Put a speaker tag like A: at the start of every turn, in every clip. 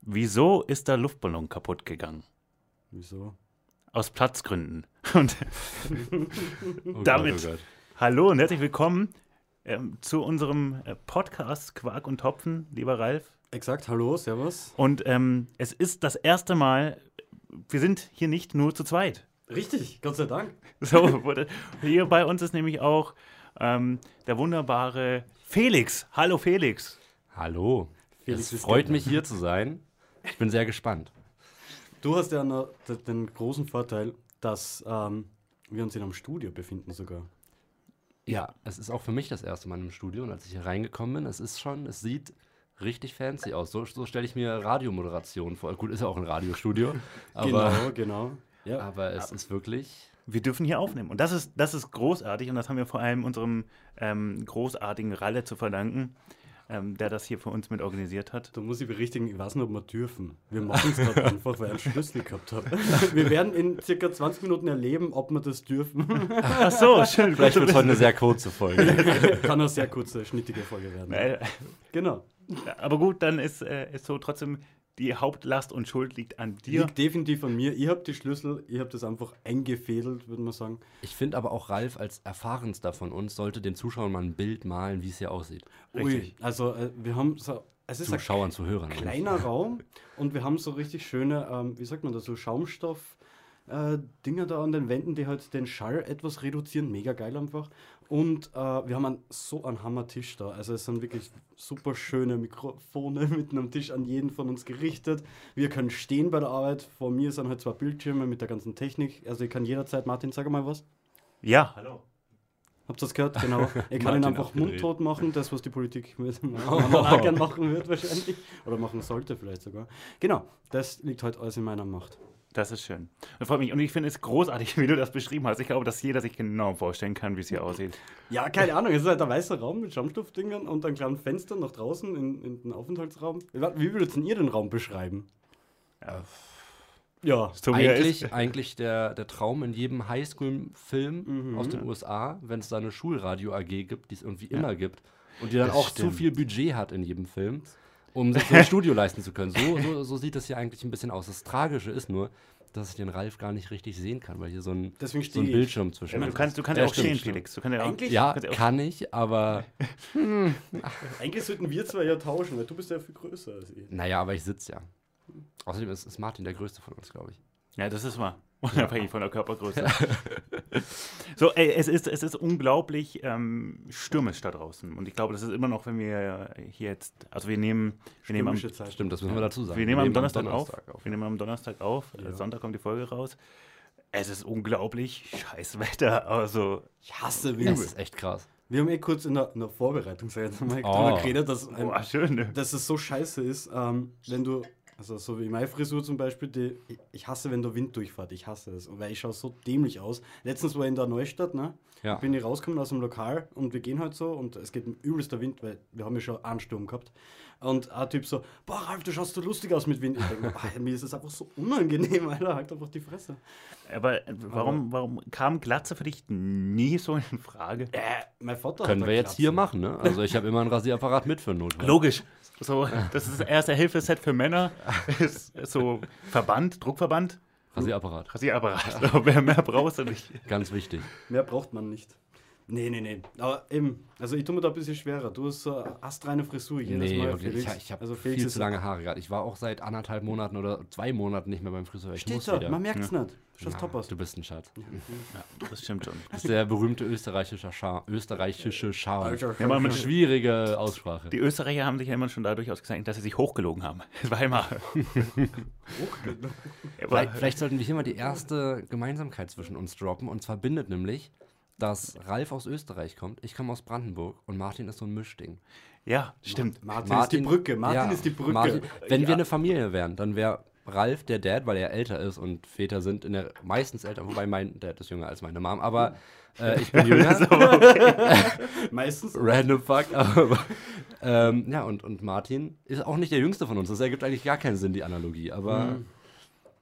A: Wieso ist der Luftballon kaputt gegangen?
B: Wieso?
A: Aus Platzgründen. Und
B: Oh
A: Damit.
B: Gott, oh Gott.
A: hallo und herzlich willkommen ähm, zu unserem äh, Podcast Quark und Hopfen, lieber Ralf.
B: Exakt, hallo, servus.
A: Und ähm, es ist das erste Mal, wir sind hier nicht nur zu zweit.
B: Richtig, Gott sei Dank.
A: So, wurde, hier bei uns ist nämlich auch ähm, der wunderbare Felix. Hallo Felix.
C: Hallo.
B: Felix
C: es
B: ist
C: freut
B: Gärtner.
C: mich hier zu sein. Ich bin sehr gespannt.
B: Du hast ja noch d- den großen Vorteil, dass ähm, wir uns in einem Studio befinden sogar.
C: Ja, es ist auch für mich das erste Mal im Studio und als ich hier reingekommen bin, es ist schon, es sieht richtig fancy aus. So, so stelle ich mir Radiomoderation vor. Gut, ist ja auch ein Radiostudio, aber,
B: genau, genau. Ja.
C: aber es ist wirklich
A: Wir dürfen hier aufnehmen. Und das ist, das ist großartig und das haben wir vor allem unserem ähm, großartigen Ralle zu verdanken, ähm, der das hier für uns mit organisiert hat.
B: Da muss ich berichtigen, ich weiß nicht, ob wir dürfen. Wir machen es gerade einfach, weil ich einen Schlüssel gehabt habe. Wir werden in circa 20 Minuten erleben, ob wir das dürfen.
A: Ach so, schön.
C: Vielleicht wird es heute eine sehr kurze Folge.
B: Kann eine sehr kurze, schnittige Folge werden.
A: Äh,
B: Genau.
A: Aber gut, dann ist äh, ist so trotzdem die Hauptlast und Schuld liegt an dir.
B: Liegt definitiv an mir. Ich habe die Schlüssel, ich habe das einfach eingefädelt, würde man sagen.
C: Ich finde aber auch Ralf als erfahrenster von uns sollte den Zuschauern mal ein Bild malen, wie es hier aussieht.
B: Ui, also äh, wir haben so, es ist ein
C: Zuschauern, Zuhörern.
B: kleiner Raum und wir haben so richtig schöne, ähm, wie sagt man das, so Schaumstoff. Äh, Dinger da an den Wänden, die halt den Schall etwas reduzieren, mega geil einfach. Und äh, wir haben einen, so einen Hammer-Tisch da. Also es sind wirklich super schöne Mikrofone mitten am Tisch an jeden von uns gerichtet. Wir können stehen bei der Arbeit. Vor mir sind halt zwei Bildschirme mit der ganzen Technik. Also ich kann jederzeit, Martin, sag mal was.
A: Ja, hallo.
B: Habt ihr das gehört? Genau. Ich kann
C: Martin
B: ihn einfach
C: abgedreht.
B: mundtot machen, das, was die Politik mit dem anderen auch gern machen wird, wahrscheinlich. Oder machen sollte, vielleicht sogar. Genau, das liegt heute alles in meiner Macht.
A: Das ist schön. Das freut mich. Und ich finde es großartig, wie du das beschrieben hast. Ich glaube, dass jeder sich genau vorstellen kann, wie es hier aussieht.
B: Ja, keine Ahnung, es ist halt ein weißer Raum mit Schaumstoffdingern und einem kleinen Fenster nach draußen in, in den Aufenthaltsraum. Wie würdet denn ihr den Raum beschreiben?
A: Ja.
B: Ja,
A: So wie er ist.
C: Eigentlich, eigentlich der, der Traum in jedem Highschool-Film
A: Mhm.
C: aus den USA, wenn es da eine Schulradio-AG gibt, die es irgendwie immer gibt und die dann
A: Das
C: auch
A: stimmt.
C: zu viel Budget hat in jedem Film, um sich so ein Studio leisten zu können. So, so, so sieht das hier eigentlich ein bisschen aus. Das Tragische ist nur, dass ich den Ralf gar nicht richtig sehen kann, weil hier so ein,
B: Deswegen
C: so ein
B: stehe ich.
C: Bildschirm zwischen
A: Du
C: uns
A: kannst, du kannst
C: Ja,
A: ja auch
C: stimmt,
A: stehen,
C: stimmt.
A: Felix. Du kannst ja auch,
B: Eigentlich-
C: Ja,
A: kannst ja auch-
C: kann ich, aber
B: eigentlich sollten wir zwei ja tauschen, weil du bist ja viel größer als ich.
C: naja, aber ich sitze ja. Außerdem ist, ist Martin der Größte von uns, glaube ich.
A: Ja, das ist wahr. Unabhängig von der Körpergröße. so, ey, es ist, es ist unglaublich ähm, stürmisch da draußen. Und ich glaube, das ist immer noch, wenn wir hier jetzt, also wir nehmen, wir nehmen am,
B: Stürmische Zeit.
C: Stimmt, das müssen wir dazu sagen.
A: wir nehmen am Donnerstag, auf. Wir nehmen am Donnerstag auf. Äh, Sonntag kommt die Folge raus. Es ist unglaublich scheiß Wetter. Also,
B: Ich hasse
C: Das
B: Wind.
C: ist echt krass.
B: Wir haben eh kurz in der, in der Vorbereitung sag ich jetzt mal,
C: Oh.
B: drüber geredet, dass ein,
A: Ah. boah, schön.
B: dass es so scheiße ist, ähm, wenn du, also so wie meine Frisur zum Beispiel, die, ich- ich hasse, wenn der Wind durchfährt, ich hasse es, weil ich schaue so dämlich aus. Letztens war ich in der Neustadt, ne?
C: Ja.
B: Bin ich rausgekommen aus dem Lokal und wir gehen halt so und es geht übelst der Wind, weil wir haben ja schon einen Sturm gehabt. Und ein Typ so, boah, Ralf, du schaust so lustig aus mit Wind. Ich denk mir, "Ah, mir ist es einfach so unangenehm, Alter, halt einfach die Fresse.
A: Aber warum, warum kam Glatze für dich nie so in Frage?
B: Äh, mein Vater hat
C: Können
B: da
C: wir jetzt
B: Glatze.
C: hier machen, ne? Also ich habe immer ein Rasierapparat mit für einen Notfall.
A: Logisch. So, das ist das erste Hilfeset für Männer. Ist so Verband, Druckverband,
C: Rasierapparat,
A: Rasierapparat. So, also, wer mehr brauchst du nicht.
C: ganz wichtig.
B: Mehr braucht man nicht. Nee, nee, nee. Aber eben, also ich tue mir da ein bisschen schwerer. Du hast so eine astreine Frisur jedes
C: Nee,
B: Mal, Also
C: wirklich, ich, ich habe viel
B: ist
C: zu lange Haare gehabt. Ich war auch seit anderthalb Monaten oder zwei Monaten nicht mehr beim Friseur. Ich
B: Steht
C: muss
B: da,
C: wieder.
B: man merkt's nicht. Schaust
C: Ja,
B: top aus.
C: Du bist ein Schatz.
A: Ja, das stimmt schon.
C: Das ist der berühmte österreichische Charme. Österreichische Charme.
A: Ja, mal mit-
C: Schwierige Aussprache.
A: Die Österreicher haben sich ja immer schon dadurch ausgezeichnet, dass sie sich hochgelogen haben. Es war immer. Aber
C: Vielleicht, vielleicht sollten wir hier mal die erste Gemeinsamkeit zwischen uns droppen. Und zwar bindet nämlich, dass Ralf aus Österreich kommt, ich komme aus Brandenburg und Martin ist so ein Mischding.
A: ja, stimmt.
B: Martin, ist die Brücke, Martin
C: ja,
B: ist die Brücke.
C: Martin- wenn
A: Ja.
C: wir eine Familie wären, dann wäre Ralf der Dad, weil er älter ist und Väter sind in der meistens älter, wobei mein Dad ist jünger als meine Mom, aber äh, ich bin jünger.
B: Meistens.
C: Random Fuck, aber ähm, ja, und, und Martin ist auch nicht der jüngste von uns. Das ergibt eigentlich gar keinen Sinn, die Analogie. Aber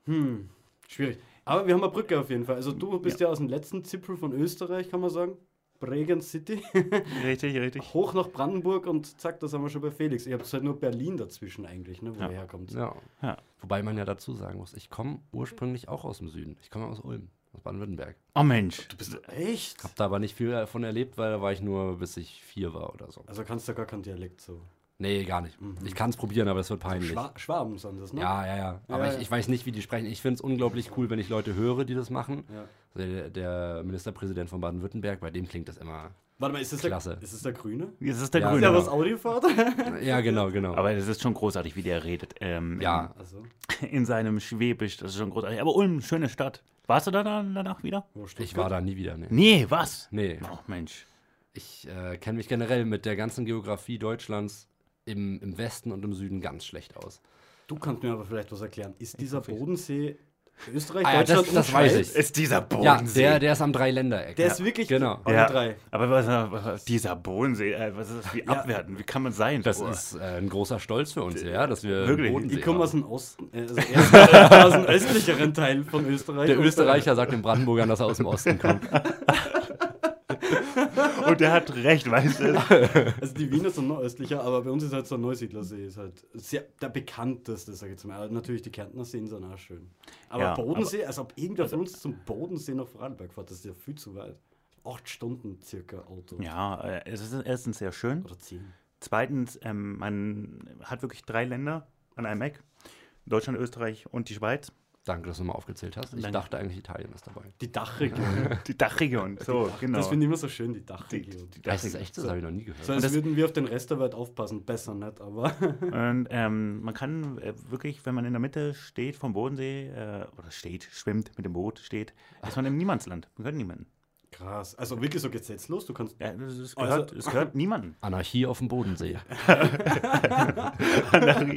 B: Mhm. Hm, schwierig. Aber wir haben eine Brücke auf jeden Fall. Also du bist ja, aus dem letzten Zipfel von Österreich, kann man sagen. Bregenz City,
A: Richtig, richtig.
B: hoch nach Brandenburg und zack, da sind wir schon bei Felix. Ihr habt halt nur Berlin dazwischen eigentlich, ne, wo
A: Ja.
B: ihr herkommt.
C: Ja.
A: Ja.
C: Wobei man ja dazu sagen muss, ich komme ursprünglich auch aus dem Süden. Ich komme aus Ulm, aus Baden-Württemberg.
A: Oh Mensch.
B: Du bist echt?
C: Hab da aber nicht viel davon erlebt, weil da war ich nur, bis ich vier war oder so.
B: Also kannst du gar keinen Dialekt so.
C: Nee, gar nicht.
B: Mhm.
C: Ich kann es probieren, aber es wird peinlich.
B: Schwa Schwaben sind das, ne?
C: Ja, ja, ja. Aber
B: Ja,
C: ich,
B: ja.
C: ich weiß nicht, wie die sprechen. Ich finde es unglaublich cool, wenn ich Leute höre, die das machen.
B: Ja.
C: Also der, der Ministerpräsident von Baden-Württemberg, bei dem klingt das immer.
B: Warte mal, ist das,
C: Klasse.
B: Der, ist das der Grüne?
A: Das ist der
C: Ja,
A: Grüne.
B: Ja,
C: Genau.
B: was Audi fährt?
C: Ja, genau, genau.
A: Aber das ist schon großartig, wie der redet. Ähm,
C: ja,
B: Also,
A: In, in seinem Schwäbisch, das ist schon großartig. Aber Ulm, schöne Stadt. Warst du da dann danach wieder?
B: wo steht
C: ich war da nie wieder.
B: Hm.
C: Nee.
A: Nee, was?
C: nee.
A: Oh Mensch.
C: Ich äh, kenne mich generell mit der ganzen Geografie Deutschlands im, im Westen und im Süden ganz schlecht aus.
B: Du kannst mir aber vielleicht was erklären. Ist dieser Bodensee Österreich,
C: Ah ja, das-
B: Deutschland und
C: das weiß
B: Schweiz?
C: ich.
A: Ist dieser
C: Ja, der, der ist am Dreiländereck.
B: Der
C: ja.
B: ist wirklich
C: Genau.
B: alle
A: Ja,
B: drei.
A: Aber was, was, dieser Bodensee, äh, was ist das? Wie abwerten? Wie kann man sein?
C: Das
A: Oh.
C: ist äh, ein großer Stolz für uns, ja, dass wir
A: Wirklich?
C: einen Bodensee
B: Ich komme aus
C: haben.
B: dem Osten, äh, also erst aus dem östlicheren Teil von Österreich.
C: Der
B: Und, äh,
C: Österreicher sagt den Brandenburgern, dass er aus dem Osten kommt.
A: Und der hat recht, weißt du?
B: Also die Wiener sind noch östlicher, aber bei uns ist halt so ein Neusiedlersee, ist halt sehr, der bekannteste, sage ich jetzt mal. Aber Natürlich, die Kärntner Seen sind auch schön. Aber
A: Ja,
B: Bodensee, als ob irgendwer von uns zum Bodensee nach Vorarlberg fährt, das ist ja viel zu weit. Acht Stunden circa Auto.
A: Ja, äh, es ist erstens sehr schön.
B: Oder zehn.
A: Zweitens, ähm, man hat wirklich drei Länder an einem Eck. Deutschland, Österreich und die Schweiz.
C: Danke, dass du mal aufgezählt hast. Ich
A: Danke.
C: dachte eigentlich, Italien ist dabei.
B: Die Dachregion.
A: Die Dachregion. So, genau.
B: Das finde ich immer so schön, die
A: Die-
B: Dachregion.
A: die
C: Das ist
A: Dachregion.
C: echt, das habe ich noch nie gehört.
B: So, als
A: das-
B: würden wir auf den Rest der Welt aufpassen. Besser nicht, aber
A: Und ähm, man kann äh, wirklich, wenn man in der Mitte steht vom Bodensee, äh, oder steht, schwimmt, mit dem Boot steht, ist man im Niemandsland. Man hört niemanden.
B: krass. Also wirklich so gesetzlos. Du kannst.
A: Ja, das- es,
B: Also-
A: gehört, es gehört niemanden.
C: Anarchie auf dem Bodensee.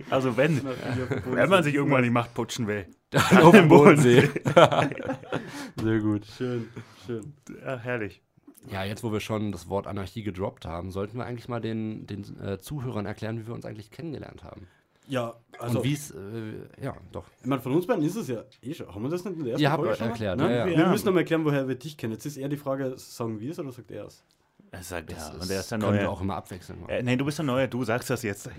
A: Also wenn, wenn
B: Wenn
A: man sich irgendwann die Macht putschen will.
C: auf dem Bodensee. Sehr gut.
B: Schön, schön.
A: Ja, herrlich.
C: Ja, jetzt wo wir schon das Wort Anarchie gedroppt haben, sollten wir eigentlich mal den, den äh, Zuhörern erklären, wie wir uns eigentlich kennengelernt haben.
B: Ja, also.
C: Und wie es, äh, ja, doch.
B: Ich meine, von uns beiden ist es ja eh schon. Haben wir das nicht in der ersten
C: Ihr habt
B: Folge
C: euch
B: schon mal?
C: erklärt,
B: Nein?
C: ja, ja.
B: Wir
A: Ja.
B: müssen nochmal erklären, woher wir dich kennen. Jetzt ist eher die Frage, sagen wir es oder sagt er es?
A: Das sagt
C: Das
A: er. Und er ist der
C: können wir
A: Neue.
C: auch immer abwechseln. machen.
A: Äh, nee, du bist der Neue, du sagst das jetzt.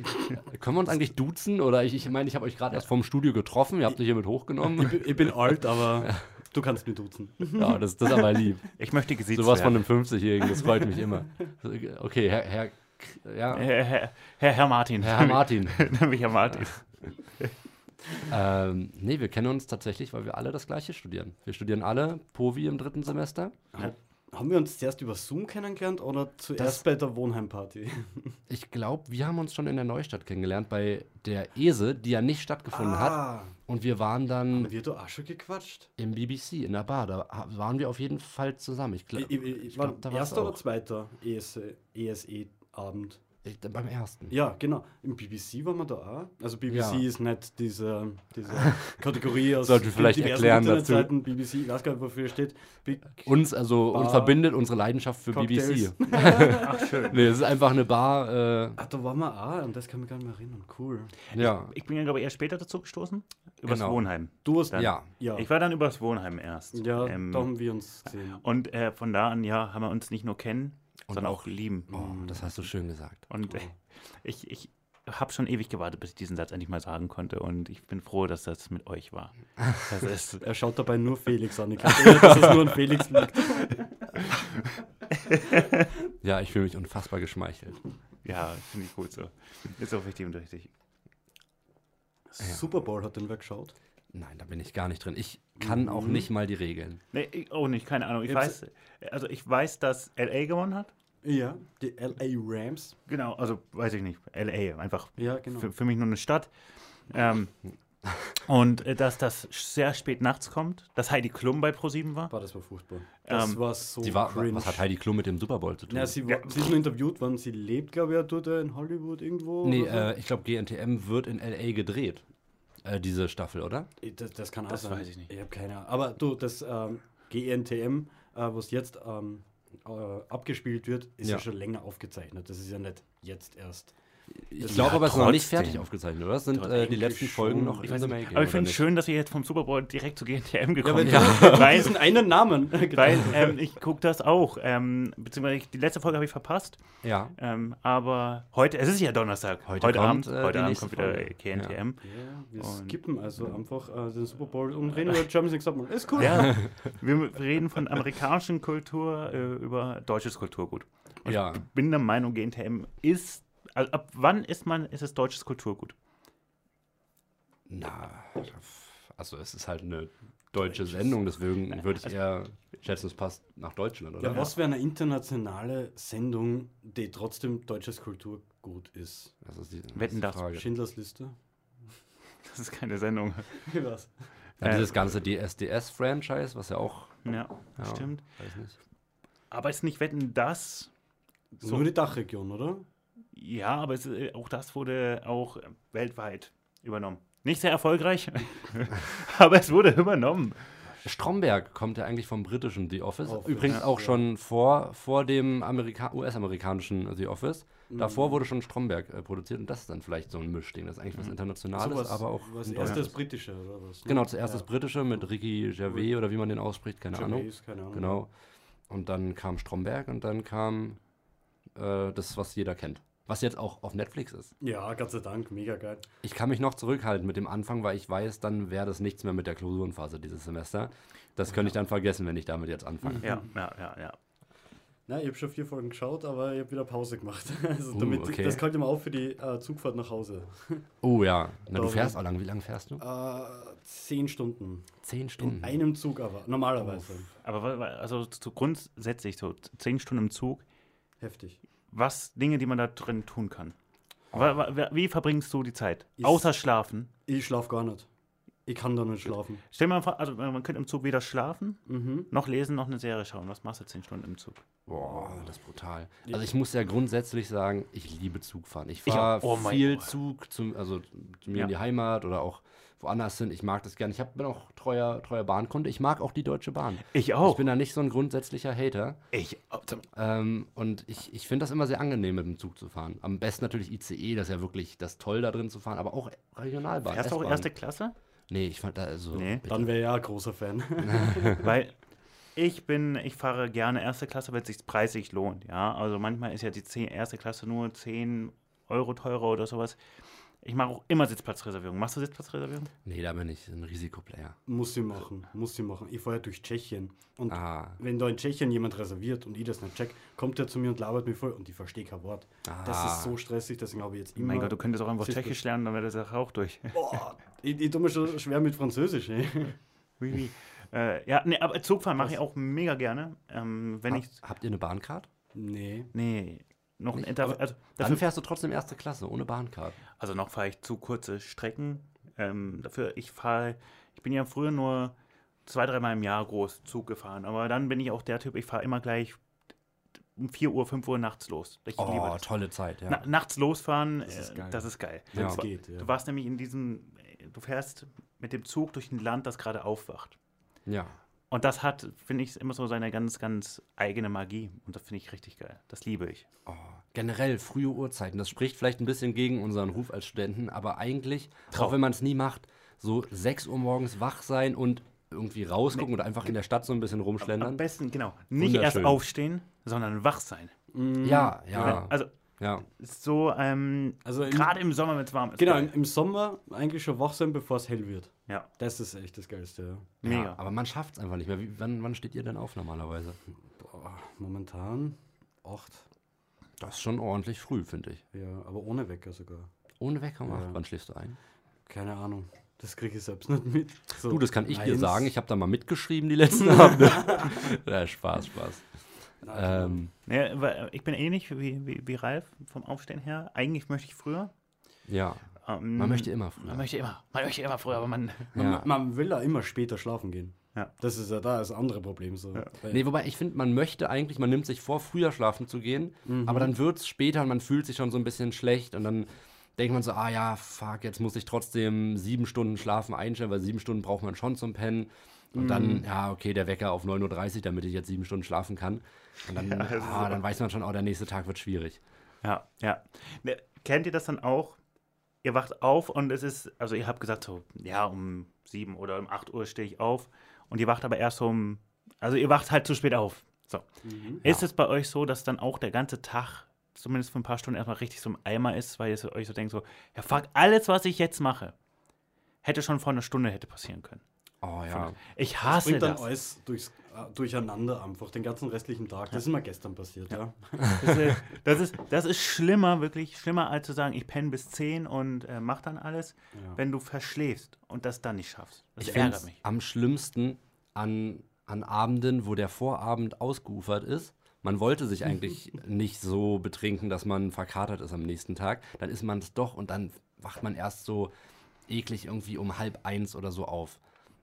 C: Können wir uns eigentlich duzen? Oder ich meine, ich, meine, ich habe euch gerade erst vom Studio getroffen, ihr habt mich hier mit hochgenommen.
B: Ich bin alt, aber du kannst mich duzen.
C: ja, das, das ist aber lieb.
A: Ich möchte gesiezt
C: Sowas von
A: werden.
C: einem 50-Jährigen, das freut mich immer. Okay, Herr, Herr, K- ja,
A: Äh, Herr, Herr, Herr, Herr Martin.
C: Herr Martin.
A: Nämlich Herr Martin.
C: ähm, nee, wir kennen uns tatsächlich, weil wir alle das Gleiche studieren. Wir studieren alle POVI im dritten Semester.
B: Haben wir uns zuerst über Zoom kennengelernt oder zuerst
C: Das-
B: bei der Wohnheimparty?
C: Ich glaube, wir haben uns schon in der Neustadt kennengelernt, bei der ESE, die ja nicht stattgefunden
B: Ah.
C: hat.
A: Ah.
C: Und wir waren
B: Haben
C: dann
B: wir da auch schon gequatscht?
C: im BBC, in der Bar. Da ha- waren wir auf jeden Fall zusammen. Ich
B: Ich,
C: glaube,
B: ich, ich,
C: ich
B: war
C: glaub, da warst
B: erster
C: du
B: oder
C: auch.
B: zweiter E ESE-Abend.
C: beim ersten.
B: Ja, genau. Im BBC waren wir da auch. Also BBC
C: Ja.
B: ist nicht diese, diese Kategorie aus
C: Sollten wir vielleicht
B: diversen
C: erklären dazu.
B: Internetseiten. BBC, ich weiß gar nicht, wofür steht. Big
C: Uns, also uns
B: Bar-
C: verbindet unsere Leidenschaft für
B: Cocktails.
C: BBC. Nee, es ist einfach eine Bar,
B: Ah, da waren wir auch, an das kann ich mich gar nicht mehr erinnern. Cool.
C: äh, ja.
A: Ich bin ja, glaube ich, eher später dazu gestoßen. Übers
C: Genau.
A: Wohnheim.
B: Du hast.
A: Dann-
C: Ja.
B: Ja,
A: Ich war dann übers Wohnheim erst.
B: ja
A: Ähm,
B: da haben wir uns gesehen.
A: und äh, von da an, ja, haben wir uns nicht nur kennen,
C: Und
A: sondern
C: auch-
A: auch, lieben.
C: Oh, das hast du schön gesagt.
A: Und äh, ich, ich habe schon ewig gewartet, bis ich diesen Satz endlich mal sagen konnte. Und ich bin froh, dass das mit euch war. Das ist,
B: Er schaut dabei nur Felix an. Ich glaube, dass es nur an Felix liegt.
C: Ja, ich fühle mich unfassbar geschmeichelt.
A: ja, finde ich gut so. Ist auch wichtig und richtig.
B: Super Bowl hat den wer geschaut.
C: Nein, da bin ich gar nicht drin. Ich kann
A: Mhm.
C: auch nicht mal die Regeln.
A: Nee, ich auch nicht, keine Ahnung. Ich
B: Jetzt-
A: weiß, also ich weiß, dass L.A. gewonnen hat.
B: Ja, die LA Rams.
A: Genau, also weiß ich nicht. L.A. einfach
B: Ja, genau.
A: für, für mich nur eine Stadt. Ähm, und äh, dass das sehr spät nachts kommt, dass Heidi Klum bei ProSieben war.
B: War das war Fußball. Das
A: Ähm,
B: war so
C: Sie war,
B: cringe.
C: was hat Heidi Klum mit dem Super Bowl zu tun?
B: Na, sie,
A: Ja.
B: war, sie ist nur interviewt worden. Sie lebt, glaube ich, ja dort äh, in Hollywood irgendwo.
C: nee,
B: oder
C: äh, ich glaube, GNTM wird in L.A. gedreht. Äh, diese Staffel, oder?
B: so. das, das kann auch
A: das
B: sein.
A: weiß ich nicht.
B: Ich habe keine Ahnung. Aber du, das ähm, GNTM, äh, was jetzt ähm, äh, abgespielt wird, ist ja.
C: Ja.
B: schon länger aufgezeichnet. Das ist ja nicht jetzt erst.
C: Ich
A: Ja,
C: glaube aber, es ist noch nicht
A: trotzdem.
C: fertig aufgezeichnet, oder? Es sind
B: Trotzdem
C: äh, die letzten
B: schon.
C: Folgen noch
A: Ich
C: in
A: weiß
C: the
A: nicht.
C: making.
A: Aber ich
C: oder
A: finde es
C: nicht?
A: schön, dass wir jetzt vom Super Bowl direkt zu GNTM gekommen
B: weil-
A: sind. Weil,
B: Diesen einen Namen.
A: weil ähm, ich gucke das auch. Ähm, beziehungsweise ich, die letzte Folge habe ich verpasst.
C: Ja.
A: Ähm, aber heute, es ist ja Donnerstag.
C: Heute kommt,
A: Abend,
C: äh, die
A: heute Abend
C: nächste
A: kommt wieder
C: Folge.
A: GNTM.
B: ja, wir
A: Und-
B: skippen also einfach äh, den Super Bowl und reden über Champions League Submarine. Ist cool.
A: Ja. wir wir reden von amerikanischen Kultur äh, über deutsches Kulturgut. Und
C: Ja.
A: Ich bin der Meinung, GNTM ist. Also ab wann ist man, ist es deutsches Kulturgut?
C: Na, also es ist halt eine deutsche Sendung, deswegen würde
A: also
C: ich eher schätzen, es passt nach Deutschland, oder?
B: Ja, was wäre eine internationale Sendung, die trotzdem deutsches Kulturgut ist?
C: Das ist die, das
A: Wetten,
C: ist die
A: dass-
C: Frage.
B: Schindlers Liste?
A: Das ist keine Sendung.
B: Ich weiß.
C: Ja, dieses
A: Äh,
C: ganze DSDS-Franchise, was ja auch,
A: Ja,
C: Ja.
A: stimmt.
C: weiß nicht.
A: Aber ist nicht Wetten, das? So.
B: Nur die Dachregion, oder?
A: Ja, aber es, äh, auch das wurde auch äh, weltweit übernommen. Nicht sehr erfolgreich, aber es wurde übernommen.
C: Stromberg kommt ja eigentlich vom britischen The Office.
B: Office,
C: Übrigens
B: ja.
C: auch schon vor, vor dem Amerika US-amerikanischen The Office.
B: Mhm.
C: Davor wurde schon Stromberg äh, produziert und das ist dann vielleicht so ein Mischding. Das ist eigentlich was Internationales,
B: Sowas-
C: aber auch.
B: Mhm. Was
C: ein
B: erstes
C: deutsches.
B: britische oder was? ne?
C: Genau, zuerst
B: Ja.
C: das britische mit Ricky Gervais oder wie man den ausspricht, keine Ahnung.
B: Gervais, mhm. keine Ahnung.
C: Genau. Und dann kam Stromberg und dann kam äh, das, was jeder kennt. Was jetzt auch auf Netflix ist.
B: Ja, Gott sei Dank, mega geil.
C: Ich kann mich noch zurückhalten mit dem Anfang, weil ich weiß, dann wäre das nichts mehr mit der Klausurenphase dieses Semester. Das könnte ich dann vergessen, wenn ich damit jetzt anfange.
A: Ja, Hm. ja, ja, ja.
B: Na, ich habe schon vier Folgen geschaut, aber ich habe wieder Pause gemacht. Also
C: Uh,
B: damit,
C: okay.
B: Das kommt immer auf für die äh, Zugfahrt nach Hause.
C: Oh ja. Na, du
A: Ähm,
B: Darum-
C: fährst auch lang. Wie lange fährst du?
B: Äh, zehn Stunden.
C: Zehn
B: In
C: Stunden.
B: einem Zug aber, normalerweise.
A: Aber wa- wa- also zu grundsätzlich so zehn Stunden im Zug,
B: Heftig.
A: was Dinge, die man da drin tun kann. Wa- wa- wa- Wie verbringst du die Zeit?
B: Ist-
A: Außer schlafen.
B: Ich schlafe gar nicht. Ich kann da nicht schlafen.
A: Stell dir mal vor, also man könnte im Zug weder schlafen,
B: Mhm.
A: noch lesen, noch eine Serie schauen. Was machst du zehn Stunden im Zug?
C: Boah, das ist brutal. Also ich muss ja grundsätzlich sagen, ich liebe Zugfahren. Ich
A: Ich
C: fahre
A: auch. Oh mein
C: viel
A: Gott.
C: Zug zum, also zu mir in
A: Ja.
C: die Heimat oder auch woanders hin. Ich mag das gern. Ich hab, bin auch treuer, treuer Bahnkunde. Ich mag auch die Deutsche Bahn.
A: Ich
C: Ich bin da nicht so ein grundsätzlicher Hater.
A: Ich,
C: Ähm, und ich, ich finde das immer sehr angenehm, mit dem Zug zu fahren. Am besten natürlich ICE, das ist ja wirklich das Toll da drin zu fahren, aber auch Regionalbahn.
A: Hast du auch
C: S-Bahn.
A: erste Klasse?
C: Nee, ich fand da also.
A: Nee.
C: bitte.
B: Dann wäre ja ein großer Fan.
A: Weil ich bin, ich fahre gerne erste Klasse, wenn es sich preislich lohnt. Ja, also manchmal ist ja die 10, erste Klasse nur 10 Euro teurer oder sowas. Ich mache auch immer Sitzplatzreservierung. Machst du Sitzplatzreservierung?
C: nee, da bin ich ein Risikoplayer.
B: muss ich machen, muss ich machen. Ich fahre ja durch Tschechien. Und
C: Ah.
B: wenn da in Tschechien jemand reserviert und ich das nicht check, kommt der zu mir und labert mir voll und ich verstehe kein Wort. Das ist so stressig, deswegen habe ich jetzt immer.
A: Mein Gott, du könntest auch einfach
B: Sitzplatz-
A: Tschechisch lernen, dann wäre das auch durch.
B: Boah, ich, ich tue mir schon schwer mit Französisch. Ey.
A: Oui, oui. Äh, ja, nee, aber Zugfahren mache ich auch mega gerne. Ähm, wenn ich.
C: Hab, habt ihr eine Bahncard?
B: Nee.
A: Nee, noch nicht.
C: aber
A: Also,
C: Dann
A: dafür,
C: fährst du trotzdem erste Klasse, ohne Bahncard.
A: also noch fahre ich zu kurze Strecken. Ähm, dafür, ich fahre, ich bin ja früher nur zwei, dreimal im Jahr groß Zug gefahren. Aber dann bin ich auch der Typ, ich fahre immer gleich um 4 Uhr, 5 Uhr nachts los. Ich liebe das.
C: Oh, tolle Zeit, ja.
A: Na, nachts losfahren, das
B: ist
A: ist
B: geil.
A: geil. Das ist geil.
C: Ja.
A: Du, wa-
B: Geht, ja.
A: du warst nämlich in diesem, du fährst mit dem Zug durch ein Land, das gerade aufwacht.
C: ja.
A: Und das hat, finde ich, immer so seine ganz, ganz eigene Magie. Und das finde ich richtig geil. Das liebe ich.
C: Oh. Generell frühe Uhrzeiten, das spricht vielleicht ein bisschen gegen unseren Ruf als Studenten, aber eigentlich, auch
A: Traum.
C: wenn man es nie macht, so 6 Uhr morgens wach sein und irgendwie rausgucken oder einfach in der Stadt so ein bisschen
A: Am
C: rumschlendern.
A: besten, genau, nicht
C: Wunderschön.
A: erst aufstehen, sondern wach sein.
C: Ja, ja.
A: Also
C: ja.
A: so, ähm,
B: Also im-
A: gerade im Sommer, wenn es warm ist.
B: Genau, im,
A: Geil.
B: im Sommer eigentlich schon wach sein, bevor es hell wird.
A: Ja,
B: Das ist echt das Geilste. Ja.
A: mega.
C: Ja, aber man schafft es einfach nicht mehr. Wie, wann, wann steht ihr denn auf normalerweise?
B: Boah, momentan acht.
C: Das ist schon ordentlich früh, finde ich.
B: Ja, aber ohne Wecker sogar.
C: Ohne Wecker macht.
B: Ja.
C: Wann schläfst du ein?
B: Keine Ahnung. Das kriege ich selbst nicht mit. So,
C: Du, das kann ich dir
B: eins.
C: sagen. Ich habe da mal mitgeschrieben die letzten Abende. ja, Spaß, Spaß.
B: Na,
C: Ähm,
A: Naja, weil äh, ich bin ähnlich wie, wie, wie Ralf vom Aufstehen her. Eigentlich möchte ich früher.
C: ja,
A: Ähm,
C: man möchte immer
A: man
C: früher.
A: möchte immer. Man möchte immer früher, aber man.
B: Mhm. Man,
C: Ja.
B: man will ja immer später schlafen gehen.
A: Ja.
B: Das ist ja da das andere Problem. So. Weil-
C: Nee, wobei ich finde, man möchte eigentlich, man nimmt sich vor, früher schlafen zu gehen,
B: Mhm.
C: aber dann wird es später und man fühlt sich schon so ein bisschen schlecht und dann denkt man so, ah ja, fuck, jetzt muss ich trotzdem sieben Stunden schlafen einstellen, weil sieben Stunden braucht man schon zum Pennen. Und dann,
B: Mhm.
C: ja, okay, der Wecker auf 9.30 Uhr, damit ich jetzt sieben Stunden schlafen kann. Und dann, ah, dann weiß man schon, oh, der nächste Tag wird schwierig.
A: Ja, ja. Ne, kennt ihr das dann auch? Ihr wacht auf und es ist, also ihr habt gesagt so, ja, um sieben oder um acht Uhr stehe ich auf und ihr wacht aber erst um, also ihr wacht halt zu spät auf. So.
B: Mhm.
A: Ist es bei euch so, dass dann auch der ganze Tag, zumindest für ein paar Stunden, erstmal richtig so im Eimer ist, weil ihr so- euch so denkt, so, ja, fuck, alles, was ich jetzt mache, hätte schon vor einer Stunde hätte passieren können.
C: Oh ja.
A: Ich
B: Das
A: hasse
B: bringt dann
A: das.
B: alles durchs, äh, durcheinander einfach, den ganzen restlichen Tag. Das ist mir gestern passiert, ja.
A: Das ist, das, ist, das ist schlimmer, wirklich schlimmer, als zu sagen, ich penne bis 10 und äh, mach dann alles,
B: Ja.
A: wenn du verschläfst und das dann nicht schaffst. Das
C: Ich finde
A: Also ärgert mich.
C: am schlimmsten an, an Abenden, wo der Vorabend ausgeufert ist. Man wollte sich eigentlich nicht so betrinken, dass man verkatert ist am nächsten Tag. Dann ist man es doch und dann wacht man erst so eklig irgendwie um halb eins oder so auf.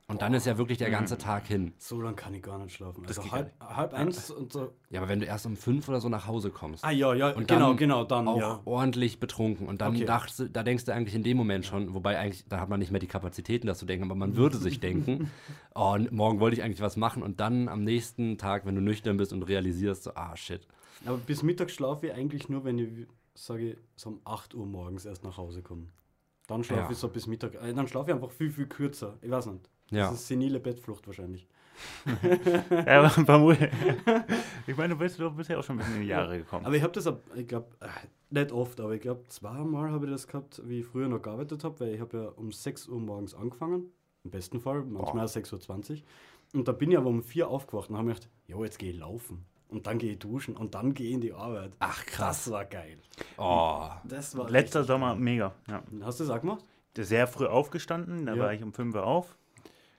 C: Und dann ist ja wirklich der
A: Mhm.
C: ganze Tag hin.
B: So lange kann ich gar nicht schlafen. Also
A: geht
B: halb, halb eins und so.
C: Ja, aber wenn du erst um fünf oder so nach Hause kommst.
B: Ah ja, ja,
C: Und
B: genau,
C: dann
B: genau, dann,
C: auch
B: ja.
C: ordentlich betrunken. Und dann
B: Okay.
C: dachtst du, da denkst du eigentlich in dem Moment schon, wobei eigentlich, da hat man nicht mehr die Kapazitäten, das zu denken, aber man würde sich denken, oh, n- morgen wollte ich eigentlich was machen und dann am nächsten Tag, wenn du nüchtern bist und realisierst, so, ah, shit.
B: Aber bis Mittag schlafe ich eigentlich nur, wenn ich, sage ich, so um 8 Uhr morgens erst nach Hause komme. Dann schlafe
C: Ja.
B: ich so bis Mittag. Äh, Dann schlafe ich einfach viel, viel kürzer. Ich weiß nicht.
C: Ja.
B: Das ist senile Bettflucht wahrscheinlich.
A: Ja, aber Pamul, ich meine, du bist, du bist ja auch schon ein bisschen in die Jahre gekommen.
B: Aber ich habe das, ab- ich glaube, nicht oft, aber ich glaube, zweimal habe ich das gehabt, wie ich früher noch gearbeitet habe, weil ich habe ja um 6 Uhr morgens angefangen, im besten Fall, manchmal auch 6.20 Uhr. Und da bin ich aber um 4 Uhr aufgewacht und habe mir gedacht, jo, jetzt gehe ich laufen. Und dann gehe ich duschen und dann gehe ich in die Arbeit.
C: Ach, krass.
B: Das war geil.
C: Oh.
B: Das war
A: Letzter
B: richtig
A: Sommer, mega. Ja.
B: geil. Hast du das auch gemacht?
A: Sehr früh aufgestanden, da
B: Ja.
A: war ich um 5 Uhr auf,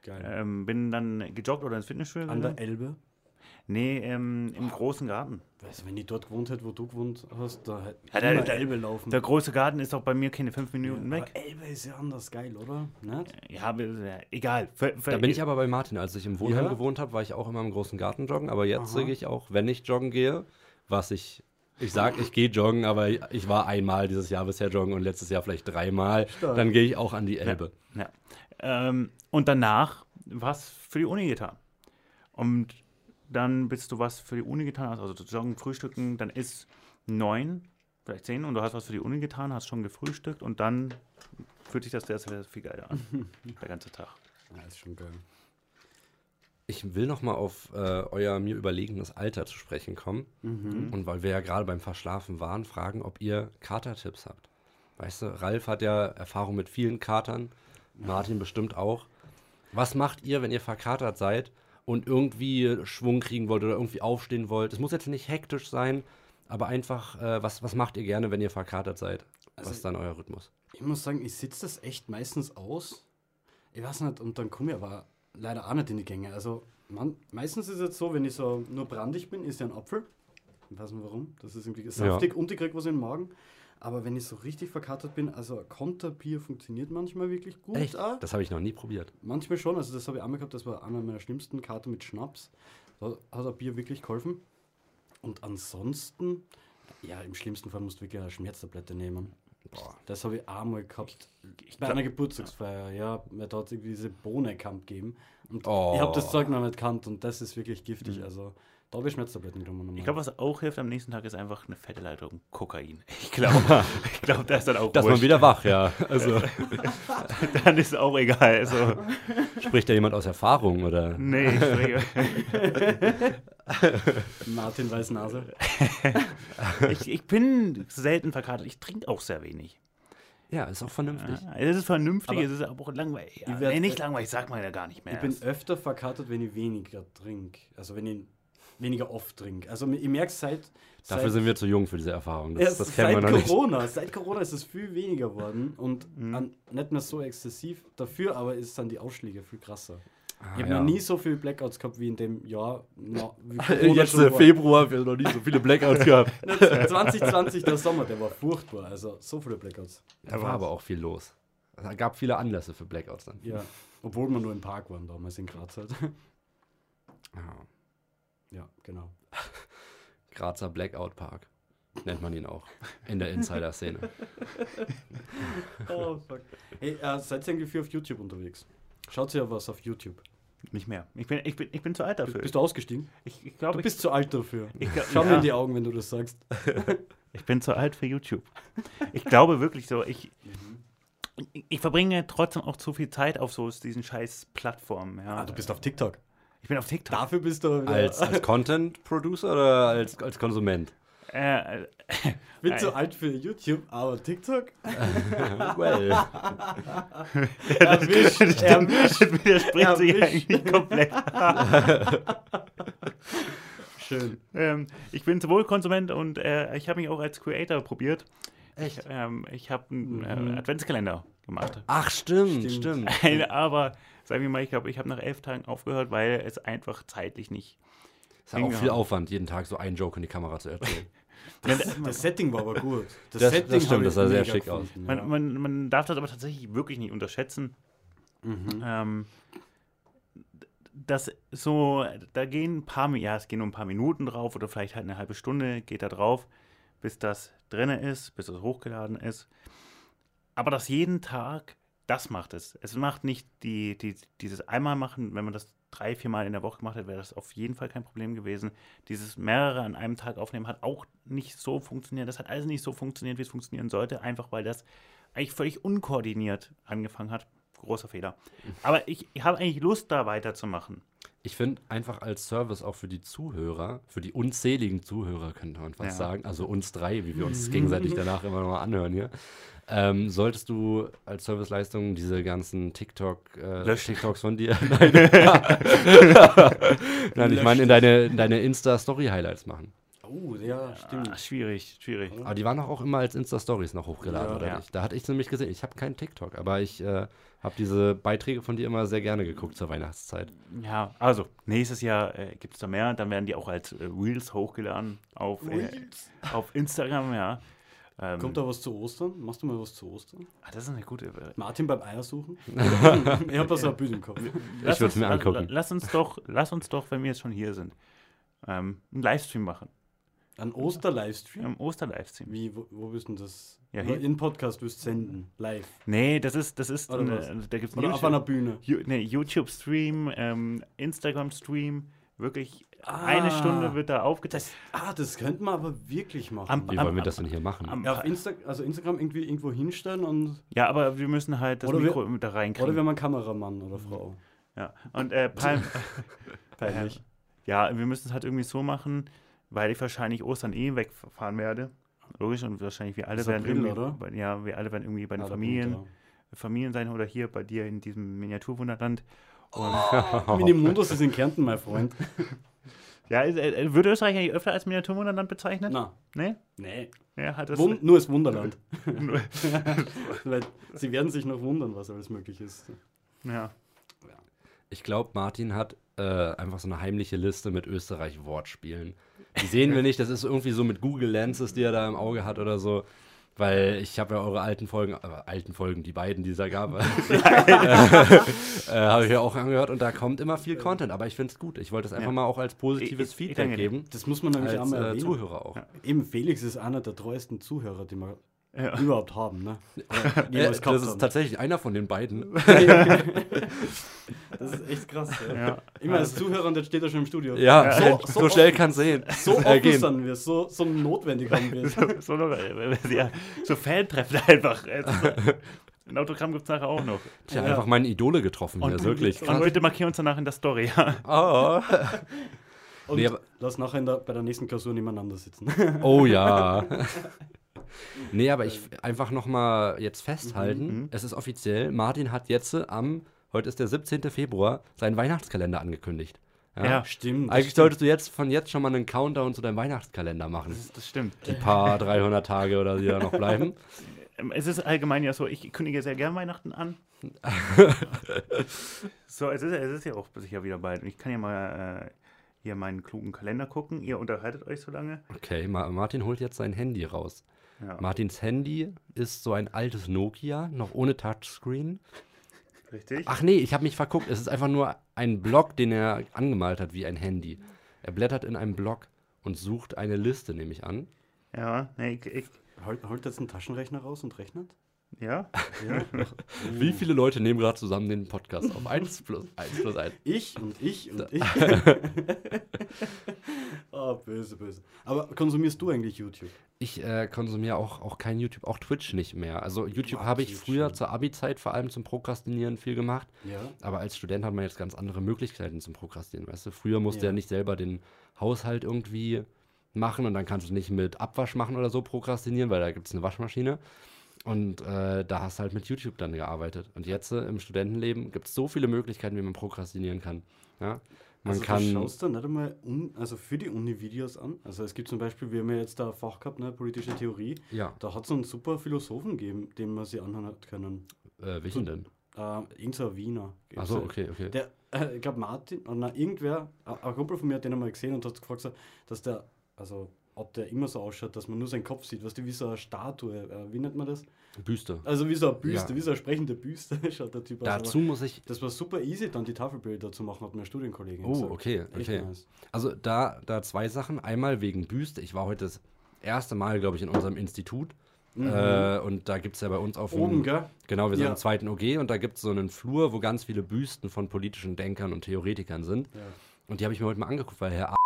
B: Geil.
A: ähm, bin dann gejoggt oder ins Fitnessstudio
B: An der
A: gegangen.
B: Elbe.
A: Nee, ähm, im großen Garten.
B: Also wenn ich dort gewohnt hätte, wo du gewohnt hast, da hätte ich
A: Ja, der-
B: immer
A: der-
B: Elbe laufen.
A: Der große Garten ist auch bei mir keine fünf Minuten
B: Ja,
A: weg.
B: Aber Elbe ist ja anders geil, oder? Nicht?
A: Ja, wir- egal. Ver- ver-
C: Da bin ich aber bei Martin. Als ich im Wohnheim
B: Ja?
C: gewohnt habe, war ich auch immer im großen Garten joggen. Aber jetzt
B: Aha.
C: gehe ich auch, wenn ich joggen gehe, was ich. Ich sag, ich gehe joggen, aber ich war einmal dieses Jahr bisher joggen und letztes Jahr vielleicht dreimal.
B: Stark.
C: Dann gehe ich auch an die Elbe.
A: Ja. Ähm, und danach was für die Uni getan. Und dann bist du was für die Uni getan hast, also joggen, frühstücken, dann ist neun, vielleicht zehn und du hast was für die Uni getan, hast schon gefrühstückt und dann fühlt sich das sehr, sehr viel geiler an. der ganze Tag.
B: Ja, ist schon geil.
C: Ich will noch mal auf äh, euer mir überlegenes Alter zu sprechen kommen. Und weil wir ja gerade beim Verschlafen waren, fragen, ob ihr Katertipps habt. Weißt du, Ralf hat ja Erfahrung mit vielen Katern, Martin bestimmt auch. Was macht ihr, wenn ihr verkatert seid und irgendwie Schwung kriegen wollt oder irgendwie aufstehen wollt? Es muss jetzt nicht hektisch sein, aber einfach, äh, was, was macht ihr gerne, wenn ihr verkatert seid?
B: Also-
C: was ist dann euer Rhythmus?
B: Ich muss sagen, ich sitze das echt meistens aus. Ich weiß nicht, und dann komme ich aber leider auch nicht in die Gänge. Also, man, meistens ist es jetzt so, wenn ich so nur brandig bin, ist ja ein Apfel. Ich weiß nicht warum. Das ist irgendwie saftig und ich krieg was in den Magen. Aber wenn ich so richtig verkatert bin, also Konterbier funktioniert manchmal wirklich gut.
C: Echt?
B: auch.
C: Das habe ich noch nie probiert.
B: Manchmal schon, also das habe ich einmal gehabt, das war einer meiner schlimmsten Karten mit Schnaps. Da hat ein Bier wirklich geholfen. Und ansonsten, ja, im schlimmsten Fall musst du wirklich eine Schmerztablette nehmen.
C: Boah.
B: Das habe ich einmal gehabt. bei
A: glaub-
B: einer Geburtstagsfeier, ja, weil da hat es irgendwie diese Bohnenkamp gegeben. Und
C: Oh. Mhm.
B: ich habe das Zeug noch nicht gekannt und das ist wirklich giftig. Also da habe ich Schmerztabletten genommen.
A: Ich glaube, was auch hilft am nächsten Tag ist einfach eine fette Leitung Kokain. Ich glaube, ich glaube, da ist dann auch
C: Dass man
A: wurscht.
C: wieder wach, ja. Also
A: dann ist auch egal. Also,
C: spricht da jemand aus Erfahrung oder?
A: nee, ich spreche.
B: Martin Weißnase.
A: ich, ich bin selten verkatert. Ich trinke auch sehr wenig.
C: Ja, ist auch vernünftig.
A: Ja, es ist vernünftig,
B: Aber
A: es ist aber auch langweilig. Ja,
B: Ich werd- äh,
A: nee, nicht langweilig, sagt man ja gar nicht mehr.
B: Ich bin
A: erst.
B: öfter verkatert, wenn ich weniger trinke. Also wenn ich weniger oft trinke. Also ich merke seit.
C: Dafür
B: seit
C: sind wir zu jung für diese Erfahrung. Das,
B: Erst
C: das kennen wir
B: seit
C: noch nicht. Mhm.
B: Corona, seit Corona ist es viel weniger geworden und an, nicht mehr so exzessiv. Dafür aber ist dann die Ausschläge viel krasser.
C: Ah,
B: ich habe
C: ja.
B: noch nie so viele Blackouts gehabt wie in dem Jahr. Na, wie Corona
C: Jetzt
B: schon
C: äh,
B: war.
C: Februar, wir haben noch nie so viele Blackouts gehabt.
B: 2020, der Sommer, der war furchtbar. Also so viele Blackouts.
C: Da war aber auch viel los. Es gab viele Anlässe für Blackouts dann.
B: Ja. Obwohl wir nur im Park waren damals in Graz halt.
C: Ja.
B: Ja, genau.
C: Grazer Blackout Park nennt man ihn auch in der Insider-Szene.
B: Oh, fuck. Hey, äh, seid ihr irgendwie viel auf YouTube unterwegs? Schaut ihr was auf YouTube?
A: nicht mehr. Ich bin, ich, bin, ich bin zu alt dafür.
B: Bist du ausgestiegen?
A: ich ich
B: Du
A: glaube, ich,
B: bist zu alt dafür.
A: ich glaub,
B: Schau mir
A: ja.
B: in die Augen, wenn du das sagst.
A: Ich bin zu alt für YouTube. Ich glaube wirklich so, ich, ich- ich verbringe trotzdem auch zu viel Zeit auf so diesen scheiß Plattformen. Ja.
B: Ah, du bist auf TikTok.
A: ich bin auf TikTok.
B: Dafür bist du.
C: Als, als Content Producer oder als, als Konsument?
A: Äh, äh,
B: bin zu alt für YouTube, aber TikTok?
C: Well.
B: Erwischt, erwischt.
A: das widerspricht sich
B: Erwischt.
A: eigentlich komplett.
B: Schön.
A: Ähm, ich bin sowohl Konsument und äh, ich habe mich auch als Creator probiert.
C: Echt?
A: Ähm, ich habe einen äh, Adventskalender gemacht.
C: Ach, stimmt,
B: Stimmt.
C: stimmt.
A: Ein, aber sagen wir mal, ich glaube, ich habe nach elf Tagen aufgehört, weil es einfach zeitlich nicht.
C: Ist ja auch viel Aufwand, jeden Tag so einen Joke in die Kamera zu erzählen.
B: Das Setting war aber gut.
C: Das- das
B: Setting
C: stimmt,
B: hab ich
C: das sah sehr
B: mega
C: schick aus.
B: gefunden,
A: Man, man, man darf das aber tatsächlich wirklich nicht unterschätzen.
B: Mhm.
A: Ähm, das so, da gehen ein paar, Mi- ja, es gehen nur ein paar Minuten drauf oder vielleicht halt eine halbe Stunde geht da drauf, bis das drinne ist, bis das hochgeladen ist. Aber das jeden Tag, das macht es. Es macht nicht die, die, dieses einmal machen, wenn man das drei, vier Mal in der Woche gemacht hätte, wäre das auf jeden Fall kein Problem gewesen. Dieses mehrere an einem Tag aufnehmen hat auch nicht so funktioniert. Das hat alles nicht so funktioniert, wie es funktionieren sollte, einfach weil das eigentlich völlig unkoordiniert angefangen hat. Großer Fehler. Aber ich, ich habe eigentlich Lust, da weiterzumachen.
C: Ich finde einfach als Service auch für die Zuhörer, für die unzähligen Zuhörer, könnte man fast
A: Ja.
C: sagen, also uns drei, wie wir uns gegenseitig danach immer nochmal anhören hier, ähm, solltest du als Serviceleistung diese ganzen TikTok, äh,
A: Löschen.
C: TikToks von dir. Nein, Nein ich meine in deine, in deine Insta-Story-Highlights machen.
B: ja. Oh, ja,
A: Ah,
B: stimmt.
A: schwierig, schwierig.
C: Aber die waren doch auch immer als Insta-Stories noch hochgeladen,
B: Ja.
C: oder
A: Ja.
C: nicht? Da hatte ich nämlich gesehen, ich habe keinen TikTok, aber ich äh, habe diese Beiträge von dir immer sehr gerne geguckt zur Weihnachtszeit.
A: Ja, also nächstes Jahr äh, gibt es da mehr. Dann werden die auch als äh, Reels hochgeladen auf, äh, auf Instagram, ja. Ähm,
B: Kommt da was zu Ostern? Machst du mal was zu Ostern?
A: ah, das ist eine gute. Äh,
B: Martin beim Eiersuchen? ich hab da so ein Bild im Kopf.
A: lass
C: würd's
A: uns-
C: mir
A: la-
C: angucken.
A: la- Lass uns doch, lass uns doch, wenn wir jetzt schon hier sind, ähm, einen Livestream machen.
B: Ein Oster-Livestream?
A: Einen Oster-Livestream.
B: Wie, wo, wo wirst du denn das?
A: Ja,
B: Nur
A: hier.
B: In Podcast wirst du senden, live.
A: Nee, das ist, das ist,
B: Oder
A: eine, also
B: was?
A: da gibt es
B: Oder auf einer Bühne.
A: Ju- nee, YouTube-Stream, ähm, Instagram-Stream, wirklich eine
B: Ah.
A: Stunde wird da aufgeteilt.
B: Ah, das könnten wir aber wirklich machen.
A: Am-
C: Wie
A: am-
C: wollen wir
A: am-
C: das denn hier machen?
A: am-
B: ja, auf Insta also Instagram irgendwie irgendwo hinstellen und.
A: Ja, aber wir müssen halt das
B: Oder wir-
A: Mikro da reinkriegen.
B: Oder wir haben einen Kameramann oder Frau.
A: ja. Und äh, Palm,
B: Peinlich.
A: ja, wir müssen es halt irgendwie so machen, weil ich wahrscheinlich Ostern eh wegfahren werde. Logisch, und wahrscheinlich wir alle
B: Ist
A: werden
B: April,
A: irgendwie,
B: oder?
A: Bei, ja, wir alle werden irgendwie bei den
B: Ah, da bin ich
A: Familien, Familien sein oder hier bei dir in diesem Miniaturwunderland.
B: da. Minimundus ist in Kärnten, mein Freund.
A: Ja, ist- äh, wird Österreich eigentlich öfter als Miniaturwunderland bezeichnet?
B: Na,
A: Nee?
B: nee.
A: Ja, hat das
B: Wun nur das Wunderland. Weil sie werden sich noch wundern, was alles möglich ist.
A: ja.
C: Ich glaube, Martin hat äh, einfach so eine heimliche Liste mit Österreich-Wortspielen. Die sehen wir nicht, das ist irgendwie so mit Google Lenses, die er da im Auge hat oder so. Weil ich habe ja eure alten Folgen, äh, alten Folgen, die beiden, die es da gab, äh, habe ich ja auch angehört und da kommt immer viel Content. Aber ich finde es gut. Ich wollte es einfach
A: Ja.
C: mal auch als positives
A: Ich- ich- ich
C: Feedback
A: danke dir.
C: geben.
B: Das muss man nämlich
C: Als
B: einmal
C: äh,
B: erwähnen.
C: Zuhörer auch.
B: Eben Felix ist einer der treuesten Zuhörer, die wir
A: Ja.
B: überhaupt haben. Ne? Oder
C: Äh,
B: jemals gehabt
C: das ist
B: haben.
C: tatsächlich einer von den beiden.
B: Das ist echt krass. Ja.
A: Ja.
B: Immer als Zuhörer und jetzt steht er schon im Studio.
C: Ja,
B: So-
C: so,
B: so
C: schnell
B: offen-
C: kann es sehen.
B: So
C: äh,
B: offen
C: gehen.
B: sind wir, so, so notwendig haben wir es.
A: so, so, noch, äh, ja, so Fantreffen einfach. Es ist so- Ein Autogramm gibt es nachher auch noch.
C: Ich habe
B: Ja.
C: einfach meine Idole getroffen hier,
A: Und-
C: wirklich.
A: Und
C: Krass.
A: Leute markieren uns danach in der Story. Ja.
C: Oh.
B: Und
C: Nee, aber-
B: lass nachher in der, bei der nächsten Klausur nebeneinander sitzen.
C: Oh ja. nee, aber ich einfach nochmal jetzt
B: Mhm,
C: festhalten, es ist offiziell, Martin hat jetzt äh, am, heute ist der 17. Februar, seinen Weihnachtskalender angekündigt.
A: Ja.
B: Stimmt. das
C: Eigentlich
B: stimmt.
C: solltest du jetzt von jetzt schon mal einen Countdown zu deinem Weihnachtskalender machen.
A: Das, das stimmt.
C: Die paar 300 Tage oder die da noch bleiben.
A: Ähm, Es ist allgemein ja so, ich kündige sehr gern Weihnachten an. so, es ist, es ist ja auch sicher wieder bald. Und ich kann ja mal äh, hier meinen klugen Kalender gucken. Ihr unterhaltet euch so lange.
C: Okay, Ma Martin holt jetzt sein Handy raus.
A: Ja,
C: Martins Handy ist so ein altes Nokia, noch ohne Touchscreen.
A: richtig.
C: Ach nee, ich habe mich verguckt. Es ist einfach nur ein Block, den er angemalt hat wie ein Handy. Er blättert in einem Block und sucht eine Liste, nehme ich an.
A: Ja, nee, ich, ich,
B: Holt, holt jetzt einen Taschenrechner raus und rechnet?
A: Ja?
C: Wie viele Leute nehmen gerade zusammen den Podcast auf? Eins plus eins plus eins.
B: Ich und ich und ich. oh, böse, böse. Aber konsumierst du eigentlich YouTube?
C: Ich äh, konsumiere auch, auch kein YouTube, auch Twitch nicht mehr. Also YouTube
B: Boah,
C: habe ich
B: Twitch,
C: früher
B: ja.
C: zur Abi-Zeit vor allem zum Prokrastinieren viel gemacht.
B: Ja.
C: Aber als Student hat man jetzt ganz andere Möglichkeiten zum Prokrastinieren, weißt du? Früher musste ja.
B: Ja.
C: nicht selber den Haushalt irgendwie machen und dann kannst du nicht mit Abwasch machen oder so prokrastinieren, weil da gibt es eine Waschmaschine. Und äh, da hast du halt mit YouTube dann gearbeitet. Und jetzt äh, im Studentenleben gibt es so viele Möglichkeiten, wie man prokrastinieren kann. Ja? Man
B: also
C: kann.
B: Du schaust dann nicht einmal un, also für die Uni Videos an. Also es gibt zum Beispiel, wir haben ja jetzt da ein Fach gehabt, ne, politische Theorie.
C: ja,
B: Da hat es einen super Philosophen gegeben, den man sich anhören hat können.
C: äh, welchen denn?
B: Äh, irgend so ein Wiener. gibt's
C: Achso,
B: ja.
C: okay, okay.
B: Der, äh, ich glaube Martin, oder nein, irgendwer, ein ein Kumpel von mir hat den einmal gesehen und hat gefragt, so, dass der, also ob der immer so ausschaut, dass man nur seinen Kopf sieht, weißt du, wie so eine Statue, äh, wie nennt man das?
C: Büste.
B: Also wie so eine Büste,
C: Ja.
B: wie so eine sprechende Büste schaut der Typ aus. aber
C: Dazu muss ich.
B: Das war super easy, dann die Tafelbilder zu machen, hat meine Studienkollegin
C: Oh,
B: gesagt.
C: okay,
B: halt. Echt
C: okay.
B: nice.
C: Also da, da zwei Sachen. Einmal wegen Büste. Ich war heute das erste Mal, glaube ich, in unserem Institut. Äh, und da gibt es ja bei uns auf
B: Mhm. Oben,
C: dem,
B: gell?
C: Genau, wir sind
B: Ja.
C: im zweiten OG und da gibt es so einen Flur, wo ganz viele Büsten von politischen Denkern und Theoretikern sind.
B: Ja.
C: Und die habe ich mir heute mal angeguckt, weil Herr A.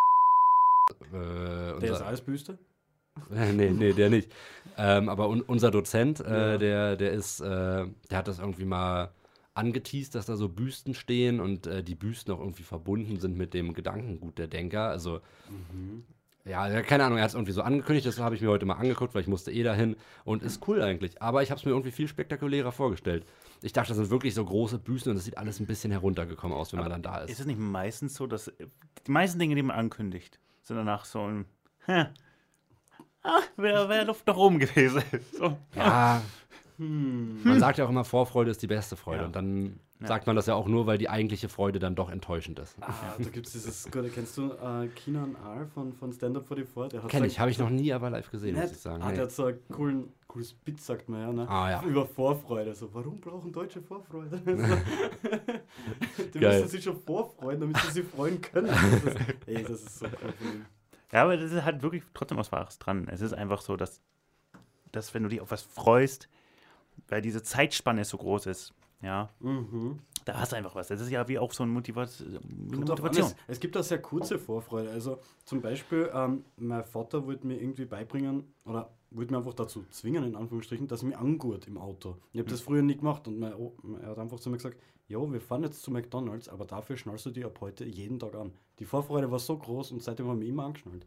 C: Äh,
B: Der ist
C: unser,
B: Eisbüste?
C: nee, nee, der nicht. Ähm, aber un, unser Dozent, äh,
B: Ja.
C: der, der ist, äh, der hat das irgendwie mal angeteased, dass da so Büsten stehen und äh, die Büsten auch irgendwie verbunden sind mit dem Gedankengut der Denker. Also ja, ja, keine Ahnung, er hat es irgendwie so angekündigt, das habe ich mir heute mal angeguckt, weil ich musste eh dahin und ist cool eigentlich. Aber ich habe es mir irgendwie viel spektakulärer vorgestellt. Ich dachte, das sind wirklich so große Büsten und das sieht alles ein bisschen heruntergekommen aus, wenn man dann da ist.
A: Ist es nicht meistens so, dass äh, die meisten Dinge, die man ankündigt, sind danach so ein. Hä? Ah, wäre wär Luft nach oben gewesen. So.
C: ja, Ah. man sagt ja auch immer, Vorfreude ist die beste Freude.
A: Hm. Ja.
C: Und dann sagt man das ja auch nur, weil die eigentliche Freude dann doch enttäuschend ist.
B: Ah, da gibt es dieses gute, kennst du äh, Kinan R. von, von Stand Up 44? Der hat
C: Kenn
B: so-
C: ich, habe ich noch nie aber live gesehen, muss ich
B: Nett.
C: sagen.
B: Ah,
C: Nee.
B: der hat so einen coolen, cooles Bit, sagt man ja, ne?
C: Ah, ja.
B: Über Vorfreude. So, warum brauchen Deutsche Vorfreude? die
C: Geil.
B: müssen sich schon vorfreuen, damit sie sich freuen können. Das ist, ey, das ist so cool. von ihm.
A: Ja, aber das ist halt wirklich trotzdem was Wahres dran. Es ist einfach so, dass, dass wenn du dich auf was freust, weil diese Zeitspanne so groß ist, ja,
B: Mhm.
A: da hast du einfach was. Das ist ja wie auch so ein Motivat wie eine
B: Kommt drauf an,
A: Motivation.
B: Es, es gibt auch sehr kurze Vorfreude. Also zum Beispiel, ähm, mein Vater wollte mir irgendwie beibringen oder wollte mir einfach dazu zwingen, in Anführungsstrichen, dass ich mich angurt im Auto. Ich
A: Mhm.
B: habe das früher nie gemacht und mein, O- er hat einfach zu mir gesagt, jo, wir fahren jetzt zu McDonalds, aber dafür schnallst du die ab heute jeden Tag an. Die Vorfreude war so groß und seitdem haben wir immer angeschnallt.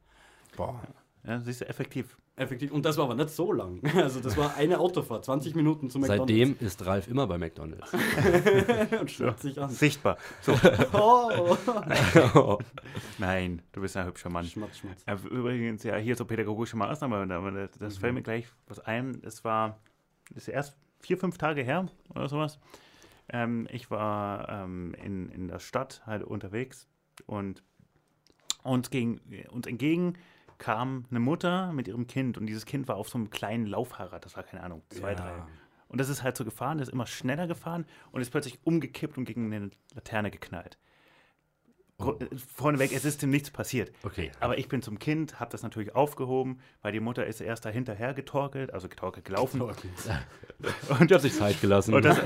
C: Boah.
A: Ja, siehst du, effektiv.
B: Effektiv. Und das war aber nicht so lang. Also das war eine Autofahrt, 20 Minuten zu McDonalds.
C: Seitdem ist Ralf immer bei McDonalds.
B: und schnallt sich an.
A: Sichtbar. So.
B: Oh.
A: Nein, du bist ein hübscher Mann.
B: Schmatz, schmatz.
A: Ja, Übrigens, ja, hier so pädagogische Maßnahme, aber da- das fällt mir gleich was ein. Es war, ist ja erst vier, fünf Tage her oder sowas. Ähm, ich war ähm, in, in der Stadt halt unterwegs und uns, gegen, uns entgegen kam eine Mutter mit ihrem Kind und dieses Kind war auf so einem kleinen Lauffahrrad, das war keine Ahnung, zwei,
B: Ja.
A: drei. Und das ist halt so gefahren, das ist immer schneller gefahren und ist plötzlich umgekippt und gegen eine Laterne geknallt. Gro- äh, Vorneweg, es ist ihm nichts passiert.
C: Okay.
A: Aber ich bin zum Kind, habe das natürlich aufgehoben, weil die Mutter ist erst dahinterher getorkelt, also getorkelt gelaufen.
C: Und hat sich Zeit gelassen.
A: Und das,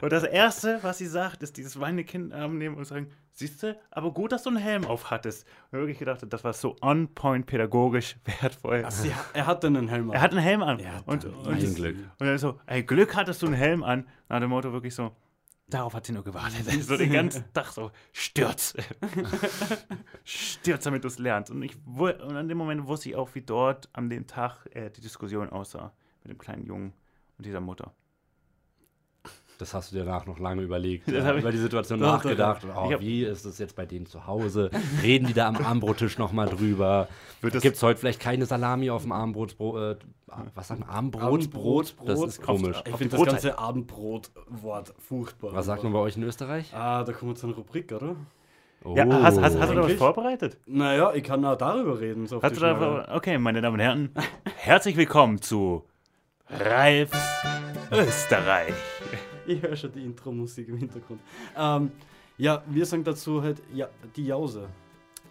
A: und das Erste, was sie sagt, ist dieses weinende Kind in den Arm nehmen und sagen, siehst du, aber gut, dass du einen Helm auf hattest. Und wirklich gedacht, das war so on point pädagogisch wertvoll.
B: Sie, er hat dann einen Helm
A: Er hat einen Helm an.
B: Ja,
A: und,
B: dann
A: und,
C: ein
A: und
C: Glück.
A: dann so, ey, Glück hattest du einen Helm an. Na, dem Motto wirklich so, darauf hat sie nur gewartet. So den ganzen Tag so, stürz. stürz, damit du es lernst. Und, ich, wu- und an dem Moment wusste ich auch, wie dort an dem Tag äh, die Diskussion aussah mit dem kleinen Jungen und dieser Mutter.
C: Das hast du dir danach noch lange überlegt,
A: Das
C: ja,
A: hab ich-
C: über die Situation
B: Doch, doch,
C: nachgedacht. Oh,
A: Ich hab-
C: wie ist es jetzt bei denen zu Hause? Reden die da am Armbrottisch nochmal drüber?
A: Wird das-
C: Gibt es heute vielleicht keine Salami auf dem Armbrotbrot? Äh, was sagt man? Armbrotsbrot?
B: Armbrotsbrot.
C: Das ist komisch.
B: Ich
A: Auf die
B: finde das
A: Brotzeit.
B: ganze Abendbrot-Wort furchtbar.
C: Was sagt man bei euch in Österreich?
B: Ah, da kommen wir zu einer Rubrik, oder?
C: Oh.
A: Ja, hast, hast, hast du da was
B: Eigentlich-
A: vorbereitet?
B: Naja, ich kann auch darüber reden. So auf
A: Hast du
B: die
A: da
B: Schnelle.
A: vor- okay, meine Damen und Herren, herzlich willkommen zu Ralfs Österreich.
B: Ich höre schon die Intro-Musik im Hintergrund. Ähm, ja, wir sagen dazu halt ja, die Jause.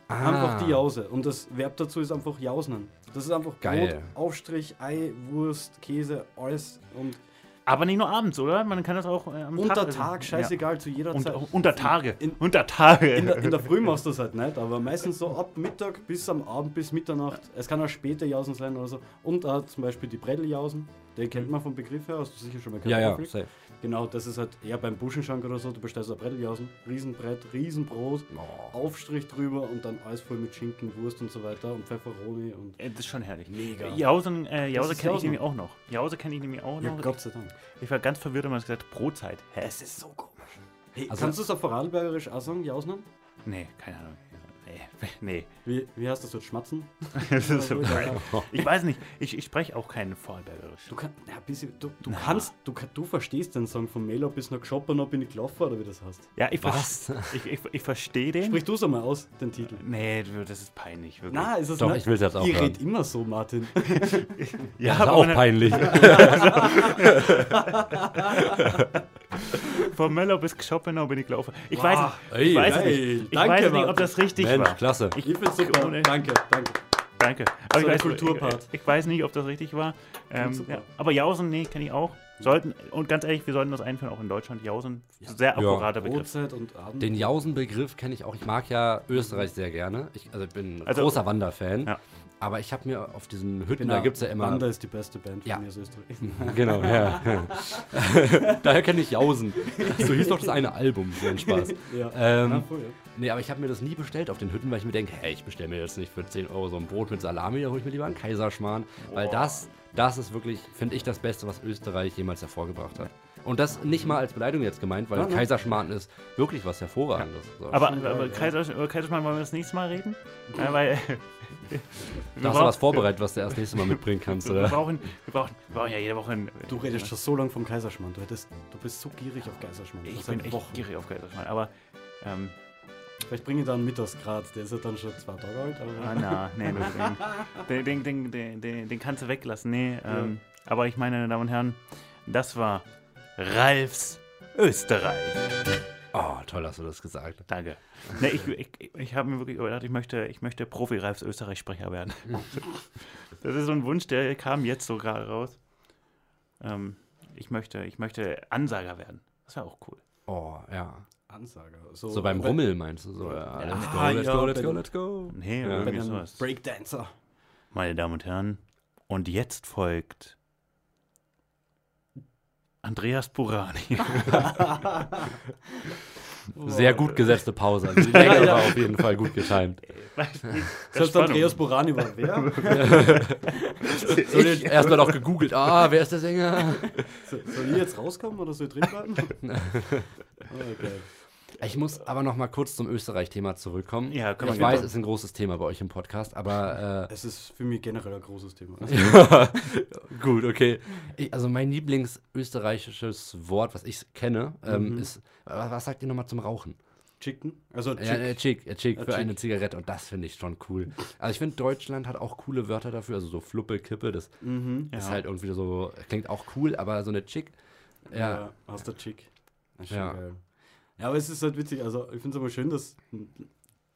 C: Ah.
B: Einfach die Jause. Und das Verb dazu ist einfach Jausnen. Das ist einfach
C: Geil.
B: Brot, Aufstrich, Ei, Wurst, Käse, alles. Und
A: Aber nicht nur abends, oder? Man kann das auch äh, am
B: Unter
A: essen.
B: Tag, scheißegal, zu jeder
A: Ja. Und,
B: Zeit.
A: unter Tage.
B: In-
A: unter Tage.
B: In der, in der Früh machst du das halt nicht, aber meistens so ab Mittag bis am Abend, bis Mitternacht. Es kann auch später Jausen sein oder so. Und auch zum Beispiel die Bredeljausen, den kennt man vom Begriff her, hast du sicher schon mal gehört.
C: Mhm. Ja, ja,
B: Patrick.
C: safe.
B: Genau, das ist halt eher beim Buschenschank oder so, du bestellst ein Bredeljausen, Riesenbrett, Riesenbrot, Aufstrich drüber und dann alles voll mit Schinken, Wurst und so weiter und Pfefferoni und...
A: Äh, Das ist schon herrlich.
B: Mega.
A: Jausen, äh, Jause
B: ist
A: kenne ich
B: Jausen.
A: nämlich auch noch. Jause kenne ich nämlich auch
B: Ja,
A: noch.
B: Gott sei Dank.
A: ich war ganz verwirrt, wenn man gesagt hat, Brotzeit. Hä?
B: Es ist so komisch. Hey,
C: Also-
B: kannst du es auf Vorarlbergerisch auch sagen, Jausnen?
A: Nee, keine Ahnung. Nee, nee.
B: Wie, wie heißt das dort, Schmatzen?
A: Das ist so ich weiß nicht, ich, ich spreche auch keinen Vorarlbergerisch.
B: Du, kann, ja, ein bisschen, du, du kannst, du, kann- du verstehst den Song von Melo, bis noch geschoppert, ob bin ich gelaufen oder wie das heißt.
A: Ja, ich, ver-
C: Was?
A: ich, ich, ich verstehe den.
B: Sprich du es einmal aus, den Titel.
A: Nee, du, das ist peinlich, wirklich.
B: Na, ist es
C: Doch,
B: nicht?
C: ich will's jetzt auch
B: Ihr
C: hören.
B: redet immer so, Martin.
A: ja,
C: Das ist
A: aber
C: auch
A: man-
C: peinlich.
A: Von Möller bis Schopenhauer bin ich gelaufen. Ich
B: Wow.
A: weiß nicht, ich
C: Ey,
A: weiß es
B: geil.
A: nicht, ich
B: Danke,
A: weiß es nicht
B: Martin.
A: ob das richtig
C: Mensch,
A: war.
C: klasse.
A: Ich,
B: Ich find's super.
A: Ohne-
B: Danke, danke.
A: danke.
B: So
A: Aber
B: der
A: ich, weiß,
B: Kulturpart.
A: Ich, ich weiß nicht, ob das richtig war. Ähm,
B: super.
A: ja. Aber Jausen, nee, kenne ich auch. Sollten, und ganz ehrlich, wir sollten das einführen, auch in Deutschland. Jausen, sehr akkurater Begriff.
B: Brotzeit und Abend.
C: Den Jausen-Begriff kenne ich auch. Ich mag ja Österreich sehr gerne. Ich, also ich bin
A: Also-
C: großer Wanderfan.
A: Ja.
C: Aber ich habe mir auf diesen Hütten,
B: Genau.
C: da gibt es ja immer.
B: Wander ist die beste Band
C: Ja.
B: von mir aus Österreich.
C: Genau, ja. ja. Daher kenne ich Jausen. So hieß doch das eine Album. So ein Spaß.
B: Ja. Na,
C: Ähm,
B: voll, ja.
C: nee, aber ich habe mir das nie bestellt auf den Hütten, weil ich mir denke, hey, ich bestelle mir jetzt nicht für 10 Euro so ein Brot mit Salami, da hole ich mir lieber einen Kaiserschmarrn. Weil das, das ist wirklich, finde ich, das Beste, was Österreich jemals hervorgebracht hat. Und das nicht mal als Beleidigung jetzt gemeint, weil
B: Nein, nein.
C: Kaiserschmarrn ist wirklich was Hervorragendes. So.
A: Aber,
B: Schon geil,
A: aber
B: ja. Mhm.
A: Kaiser, über Kaiserschmarrn wollen wir das nächste Mal reden? Ja, weil, wir,
C: Da hast du was
A: brauchen,
C: vorbereitet, was du erst nächstes Mal mitbringen kannst,
A: wir,
C: oder?
A: brauchen, wir, brauchen, wir brauchen ja jede Woche ein.
B: Du redest schon so lange vom Kaiserschmarrn. Du, hättest, du bist so gierig auf Kaiserschmarrn.
A: Ich
B: Das
A: bin
B: sind
A: echt
B: Wochen.
A: gierig auf Kaiserschmarrn, aber. Ähm,
B: Vielleicht bringe ich dann mit aus Graz. Der ist ja dann schon zwei Tage alt.
A: Ah,
B: Aber
A: na, nee, du- den, den, den, den, den, den kannst du weglassen. Nee, ähm, aber ich meine, meine Damen und Herren, das war Ralfs Österreich.
C: Oh, toll hast du das gesagt.
A: Danke. Nee, ich ich, ich habe mir wirklich überlegt, ich möchte, ich möchte Profi-Ralfs Österreich-Sprecher werden. Das ist so ein Wunsch, der kam jetzt so gerade raus. Ähm, ich, möchte, ich möchte Ansager werden. Das wäre auch cool.
C: Oh, ja.
B: Ansager. So,
C: So beim
B: bei-
C: Rummel meinst du so. Ja, let's go,
B: Ah,
C: let's
B: ja,
C: go, let's
B: bei
C: go,
B: dem-
C: let's go.
A: Nee,
C: Ja.
B: Bei
A: irgendwie
B: einem
A: sowas.
B: Breakdancer.
A: Meine Damen und Herren, und jetzt folgt Andreas Burani.
C: Sehr gut gesetzte Pause. Also die Länge war auf jeden Fall gut getimt.
B: Selbst Andreas Borani war wer?
C: So, den- Erstmal noch gegoogelt. Ah, wer ist der Sänger?
B: So- Soll ich jetzt rauskommen oder soll ich drin bleiben? Ah, okay.
C: Ich muss aber noch mal kurz zum Österreich-Thema zurückkommen.
A: Ja, können wir
C: ich
A: gerne.
C: weiß, es ist ein großes Thema bei euch im Podcast, aber äh,
B: Es ist für mich generell ein großes Thema.
C: gut, okay. Ich, also mein Lieblingsösterreichisches Wort, was ich kenne, ähm, ist, wa- was sagt ihr nochmal zum Rauchen?
B: Chicken? Also
C: Ja,
B: Chicken.
C: äh, Chick, äh, Chick
B: Äh,
C: für
B: Chick.
C: eine Zigarette und das finde ich schon cool. Also ich finde, Deutschland hat auch coole Wörter dafür, also so Fluppe, Kippe, das
B: Mhm.
C: ist
A: Ja.
C: halt irgendwie so, klingt auch cool, aber so eine Chick, ja,
B: Ja, hast du Chick. Das ist schon
C: Ja.
B: geil. Ja, aber es ist halt witzig. Also, ich finde es aber schön, dass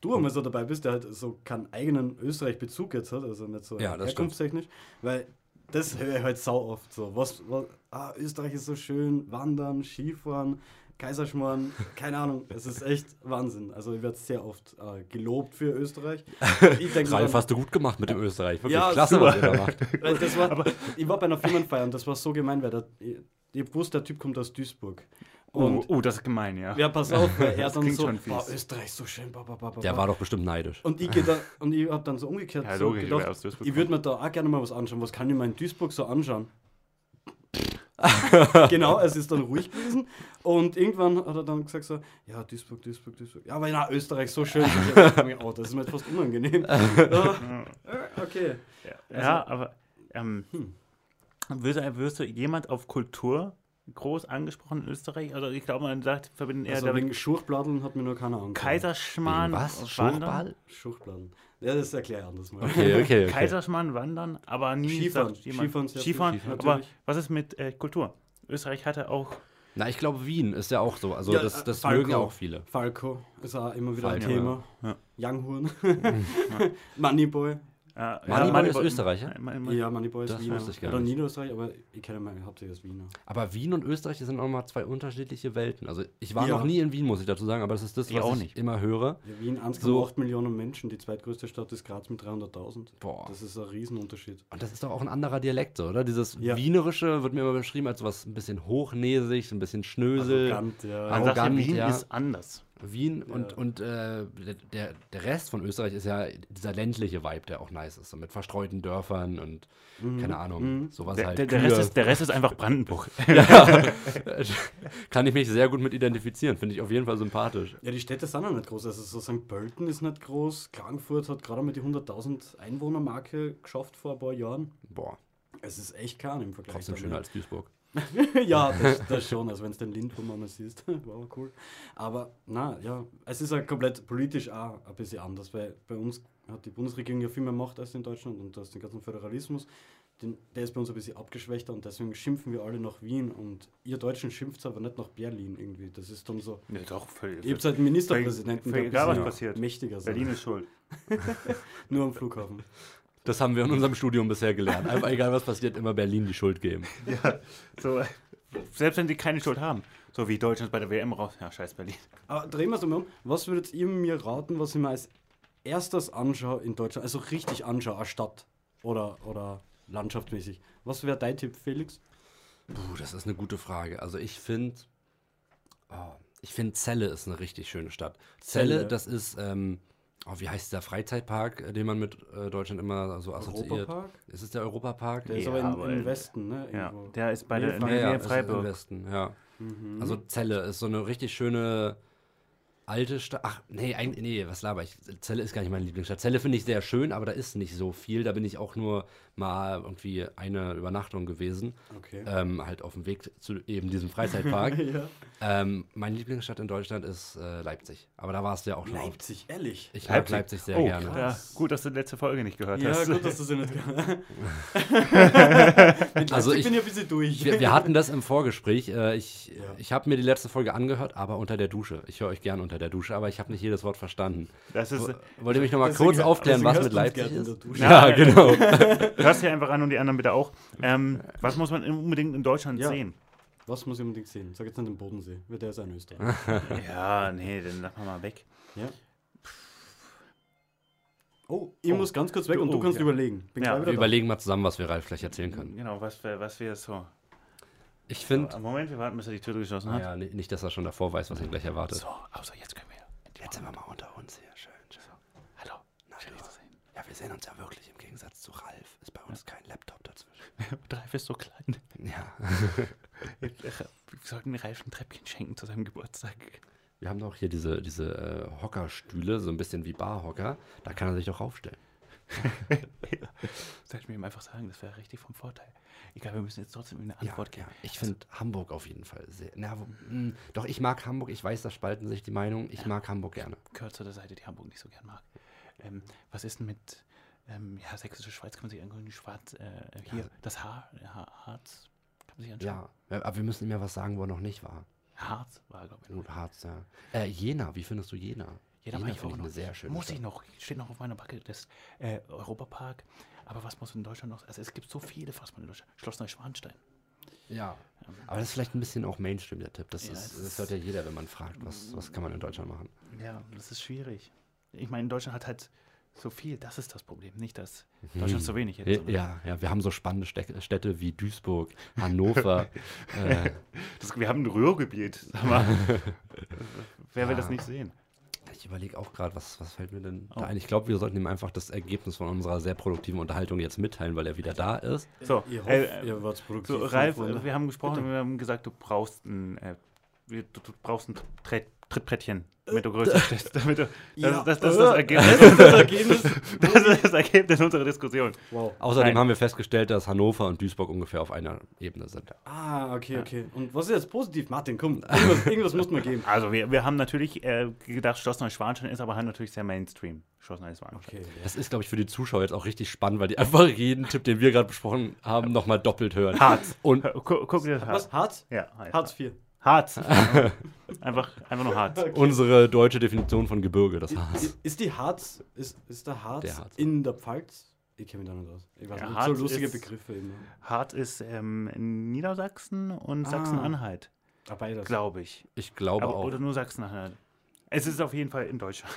B: du einmal so dabei bist, der halt so keinen eigenen Österreich-Bezug jetzt hat, also nicht so
C: Ja, das stimmt.
B: herkunftstechnisch, weil das höre ich halt sau oft so. Was, was, ah, Österreich ist so schön, Wandern, Skifahren, Kaiserschmarrn, keine Ahnung, es ist echt Wahnsinn. Also, ich werde sehr oft äh, gelobt für Österreich. Ich denke,
C: Ralf, hast du gut gemacht mit dem Österreich, wirklich
B: Ja,
C: klasse,
B: super.
C: was ihr da macht.
B: weil das war, ich war bei einer Firmenfeier und das war so gemein, weil der, ich, ich wusste, der Typ kommt aus Duisburg. Und
A: Oh, oh, das ist gemein, ja.
B: Ja, pass auf, weil er
A: Das
B: dann
A: klingt
B: so,
A: schon fies.
B: boah, Österreich ist so schön, ba, ba, ba, ba,
C: Der
B: ba."
C: war doch bestimmt neidisch.
B: Und ich, geh da, und ich hab dann so umgekehrt
A: Ja,
B: so
A: logisch, wer
B: gedacht,
A: aus Duisburg
B: ich würde mir da auch gerne mal was anschauen, was kann ich mir in Duisburg so anschauen? genau, es ist dann ruhig gewesen und irgendwann hat er dann gesagt so, ja, Duisburg, Duisburg, Duisburg. Ja, aber na, Österreich, so schön. Ich hab mir, oh, das ist mir jetzt fast unangenehm. Ah, äh, okay.
A: ja, aber ähm, wirst, du, wirst du jemand auf Kultur groß angesprochen in Österreich? Also ich glaube, man sagt, verbinden eher
B: Also
A: damit
B: wegen Schurchbladeln hat mir nur keiner angehört.
A: Kaiserschmarrn,
C: was?
A: Wandern.
C: Schurchball?
B: Schurchbladeln. Ja, das erkläre ich anders mal.
C: Okay, okay, okay.
A: Kaiserschmarrn, Wandern, aber nie
B: Skifahren.
A: sagt jemand.
B: Skifahren sehr viel.
A: Skifahren,
B: Skifahren.
A: aber
B: Natürlich.
A: was ist mit äh, Kultur? Österreich hatte auch äh,
C: Na, ich glaube, Wien ist ja auch so. Also
B: Ja,
C: das,
B: äh,
C: das
B: Falco.
C: mögen ja auch viele.
B: Falco ist auch immer wieder
C: Falco,
B: ein Thema.
A: ja.
B: Young Horn. Moneyboy.
A: Äh,
C: Moneyboy ist
A: Moneyboy-
C: Österreicher?
A: Nein, Moneyboy-
B: Ja, Moneyboy ist
C: Das
B: Wiener.
C: wusste ich gar
B: Oder
C: nicht.
B: Niederösterreich, aber ich kenne mal hauptsächlich als Wiener.
C: Aber Wien und Österreich das sind auch mal zwei unterschiedliche Welten. Also ich war
B: Ja.
C: noch nie in Wien, muss ich dazu sagen, aber das ist das,
A: Ich
C: was
A: auch
C: ich
A: nicht.
C: immer höre.
B: Ja, Wien, 1,8
C: So.
B: Millionen Menschen, die zweitgrößte Stadt ist Graz mit 300.000.
C: Boah.
B: Das ist ein Riesenunterschied.
C: Und das ist doch auch ein anderer Dialekt, so, oder? Dieses
B: Ja.
C: Wienerische wird mir immer beschrieben als was ein bisschen hochnäsig, ein bisschen schnösel.
B: Arrogant, ja.
A: Man sagt ja,
C: arrogant,
A: Wien
C: ja.
A: ist anders.
C: Wien und,
B: Ja.
C: und äh, der, der Rest von Österreich ist ja dieser ländliche Vibe, der auch nice ist. So mit verstreuten Dörfern und
B: Mhm.
C: keine Ahnung, sowas
A: Der,
C: halt.
A: der, der,
C: Kühe.
A: Rest ist, der Rest ist einfach Brandenburg.
C: Kann ich mich sehr gut mit identifizieren, finde ich auf jeden Fall sympathisch.
B: Ja, die Städte sind auch nicht groß. Also so St. Pölten ist nicht groß. Klagenfurt hat gerade mal die 100.000 Einwohnermarke geschafft vor ein paar Jahren.
C: Boah,
B: Es ist echt kein im Vergleich.
C: trotzdem schöner als Duisburg.
B: als Ja, das, das schon. Also wenn es den Lindwurm einmal siehst, war aber cool. Aber na ja, es ist ja komplett politisch auch ein bisschen anders, weil bei uns hat die Bundesregierung ja viel mehr Macht als in Deutschland und das den ganzen Föderalismus. Den, der ist bei uns ein bisschen abgeschwächter und deswegen schimpfen wir alle nach Wien und ihr Deutschen schimpft aber nicht nach Berlin irgendwie. Das ist dann so.
A: Ja, doch, völlig.
B: Ihr habt halt einen Ministerpräsidenten,
A: Völlig
B: der
A: egal,
B: ein
A: was
B: bisschen
A: passiert.
B: mächtiger sein.
A: Berlin ist schuld.
B: Nur am Flughafen.
C: Das haben wir in unserem Studium bisher gelernt. Einfach egal, was passiert, immer Berlin die Schuld geben.
A: So, äh, selbst wenn sie keine Schuld haben. So wie Deutschland bei der WM raus. Ja, scheiß Berlin.
B: Aber drehen wir es einmal um. Was würdet ihr mir raten, was ich mir als erstes anschaue in Deutschland? Also richtig anschaue, eine Stadt oder, oder landschaftsmäßig. Was wäre dein Tipp, Felix?
C: Puh, das ist eine gute Frage. Also ich finde, oh, ich finde Celle ist eine richtig schöne Stadt. Celle,
B: Celle.
C: das ist, ähm, oh, wie heißt dieser Freizeitpark, äh, den man mit äh, Deutschland immer so assoziiert?
B: Europapark?
C: Ist es der Europapark?
B: Der ist
A: Ja,
B: aber, in,
A: aber
B: im
A: in-
B: Westen, ne?
A: Ja,
B: Irgendwo.
A: der ist bei
B: Nee,
A: der
B: Freiburg.
A: nee, also nee,
C: ja, es ist im
A: Freiburg.
C: Westen, ja. Also Celle ist so eine richtig schöne alte Stadt. Ach, nee, eigentlich, nee, was laber ich? Celle ist gar nicht meine Lieblingsstadt. Celle finde ich sehr schön, aber da ist nicht so viel. Da bin ich auch nur mal irgendwie eine Übernachtung gewesen.
B: Okay.
C: Ähm, halt auf dem Weg zu eben diesem Freizeitpark.
B: ja.
C: ähm, meine Lieblingsstadt in Deutschland ist äh, Leipzig. Aber da warst du ja auch schon. oft.
B: Leipzig, ehrlich.
C: Ich mag Leipzig sehr
A: oh,
C: gerne.
A: Ja, gut, dass du die letzte Folge nicht gehört
B: Ja,
A: hast.
B: gut, dass du sie nicht kannst.
C: Also ich-
B: bin ja ein bisschen durch.
C: Wir, wir hatten das im Vorgespräch. Äh, ich
B: Ja.
C: ich habe mir die letzte Folge angehört, aber unter der Dusche. Ich höre euch gern unter der Dusche, aber ich habe nicht jedes Wort verstanden.
A: Das ist,
C: Wo- Wollt ihr mich nochmal
B: Deswegen-
C: kurz aufklären,
B: deswegen
C: was
B: hörst
C: mit
B: du uns
C: Leipzig
B: gerne in der
C: ist?
B: Dusche.
A: Ja,
C: Ja, genau.
A: hörst dir einfach an und die anderen bitte auch. Ähm, was muss man unbedingt in Deutschland
B: Ja.
A: sehen?
B: Was muss ich unbedingt sehen? Sag jetzt nicht den Bodensee, weil der ist ein Österreich.
A: Ja, nee, dann lachen wir mal weg.
B: Ja. Oh, ich
A: Oh.
B: muss ganz kurz weg und
A: Oh,
B: du kannst
A: ja.
B: überlegen. Bin
A: Ja, wir
B: gleich wieder
C: Wir
B: da.
C: überlegen mal zusammen, was wir Ralf vielleicht erzählen können.
A: Genau, was wir, was wir so.
C: Ich finde.
A: Aber Moment, wir warten, bis er die Tür geschlossen hat.
C: Ja, ni- nicht, dass er schon davor weiß, was ihn gleich erwartet.
A: So, außer jetzt können wir.
C: Jetzt sind wir mal unter uns hier. Schön, schön.
A: Hallo.
C: Na,
A: Schön, dich zu sehen.
C: Ja, wir sehen uns ja wirklich im Gegensatz zu Ralf. Ist bei uns kein Laptop dazwischen.
A: Ralf ist so klein.
C: Ja.
A: Wir sollten Ralf ein Treppchen schenken zu seinem Geburtstag.
C: Wir haben doch hier diese, diese äh, Hockerstühle, so ein bisschen wie Barhocker. Da kann er sich doch raufstellen.
A: Sollten wir ihm einfach sagen, das wäre richtig vom Vorteil. Egal, wir müssen jetzt trotzdem ihm eine Antwort geben.
C: Ich finde Hamburg auf jeden Fall sehr. Na, wo, mh, doch, ich mag Hamburg. Ich weiß, da spalten sich die Meinungen. Ich mag Hamburg gerne.
A: Gehört zu der Seite, die Hamburg nicht so gern mag. Ähm, was ist denn mit, ähm, ja, sächsische Schweiz kann man sich angucken, die Schwarz, äh, hier, das Haar, Haar, Harz, kann man sich anschauen.
C: Ja. Aber wir müssen immer was sagen, wo er noch nicht war.
A: Harz war, glaube ich, noch.
C: Gut, Harz, ja. Äh, Jena, wie findest du Jena?
A: Ja, da war ich
C: finde
A: auch
C: eine
A: noch.
C: sehr schöne
A: muss
C: Stadt.
A: ich noch, steht noch auf meiner Bucketlist, äh, Europapark. Aber was muss in Deutschland noch, also es gibt so viele, was man in Deutschland, Schloss Neuschwanstein.
C: Ja. Aber das ist vielleicht ein bisschen auch Mainstream, der Tipp. Das,
A: Ja,
C: ist,
A: das
C: das hört ja jeder, wenn man fragt, was, was kann man in Deutschland machen.
A: Ja, das ist schwierig. Ich meine, Deutschland hat halt so viel, das ist das Problem, nicht, dass Deutschland so wenig hat. sondern-
C: Mhm. Hm. Ja, ja, wir haben so spannende Steck- Städte wie Duisburg, Hannover. äh,
A: Das, wir haben ein Rührgebiet, sag mal. Wer will das
C: Ja.
A: nicht sehen?
C: ich überlege auch gerade, was, was fällt mir denn
A: Oh.
C: da ein? Ich glaube, wir sollten ihm einfach das Ergebnis von unserer sehr produktiven Unterhaltung jetzt mitteilen, weil er wieder da ist.
A: So,
B: Ich hoffe,
A: äh, äh,
B: ihr wart produktiv.
A: so Ralf,
B: Freunde.
A: äh, wir haben gesprochen, wir haben gesagt, du brauchst ein, äh, du, du brauchst ein Tritt, Trittbrettchen, damit du größer bist. Damit du, das,
B: Äh, Ja.
A: ist- das, das, ist das,
B: Äh.
A: Ergebnis,
B: das Ergebnis.
A: das ist das Ergebnis unserer Diskussion.
B: Wow.
C: Außerdem
A: Nein.
C: haben wir festgestellt, dass Hannover und Duisburg ungefähr auf einer Ebene sind.
B: Ah, okay, okay. Und was ist jetzt positiv? Martin, komm, irgendwas, irgendwas muss man geben.
A: Also wir, wir haben natürlich äh, gedacht, Schloss Neuschwanstein ist aber halt natürlich sehr Mainstream. Schloss Neuschwanstein.
B: Okay,
C: Das ist, glaube ich, für die Zuschauer jetzt auch richtig spannend, weil die einfach jeden Tipp, den wir gerade besprochen haben, nochmal doppelt hören.
A: Harz.
C: Und
A: Gu- Guck dir das Harz.
B: Was? Harz?
A: Ja,
B: Hartz 4.
A: Harz. einfach, einfach nur Harz.
C: unsere deutsche Definition von Gebirge, das Harz.
B: Ist die Harz, ist, ist der Harz,
C: Der Harz.
B: in der Pfalz? Ich kenne mich da nicht aus. Ich weiß
A: Ja,
B: nicht, so
A: Harz
B: lustige
A: ist-
B: Begriffe immer.
A: Hart ist ähm, in Niedersachsen und
B: Ah.
A: Sachsen-Anhalt,
B: Ah, beides.
A: glaube ich.
C: Ich glaube
A: Aber,
C: auch.
A: oder nur Sachsen-Anhalt. Es ist auf jeden Fall in Deutschland.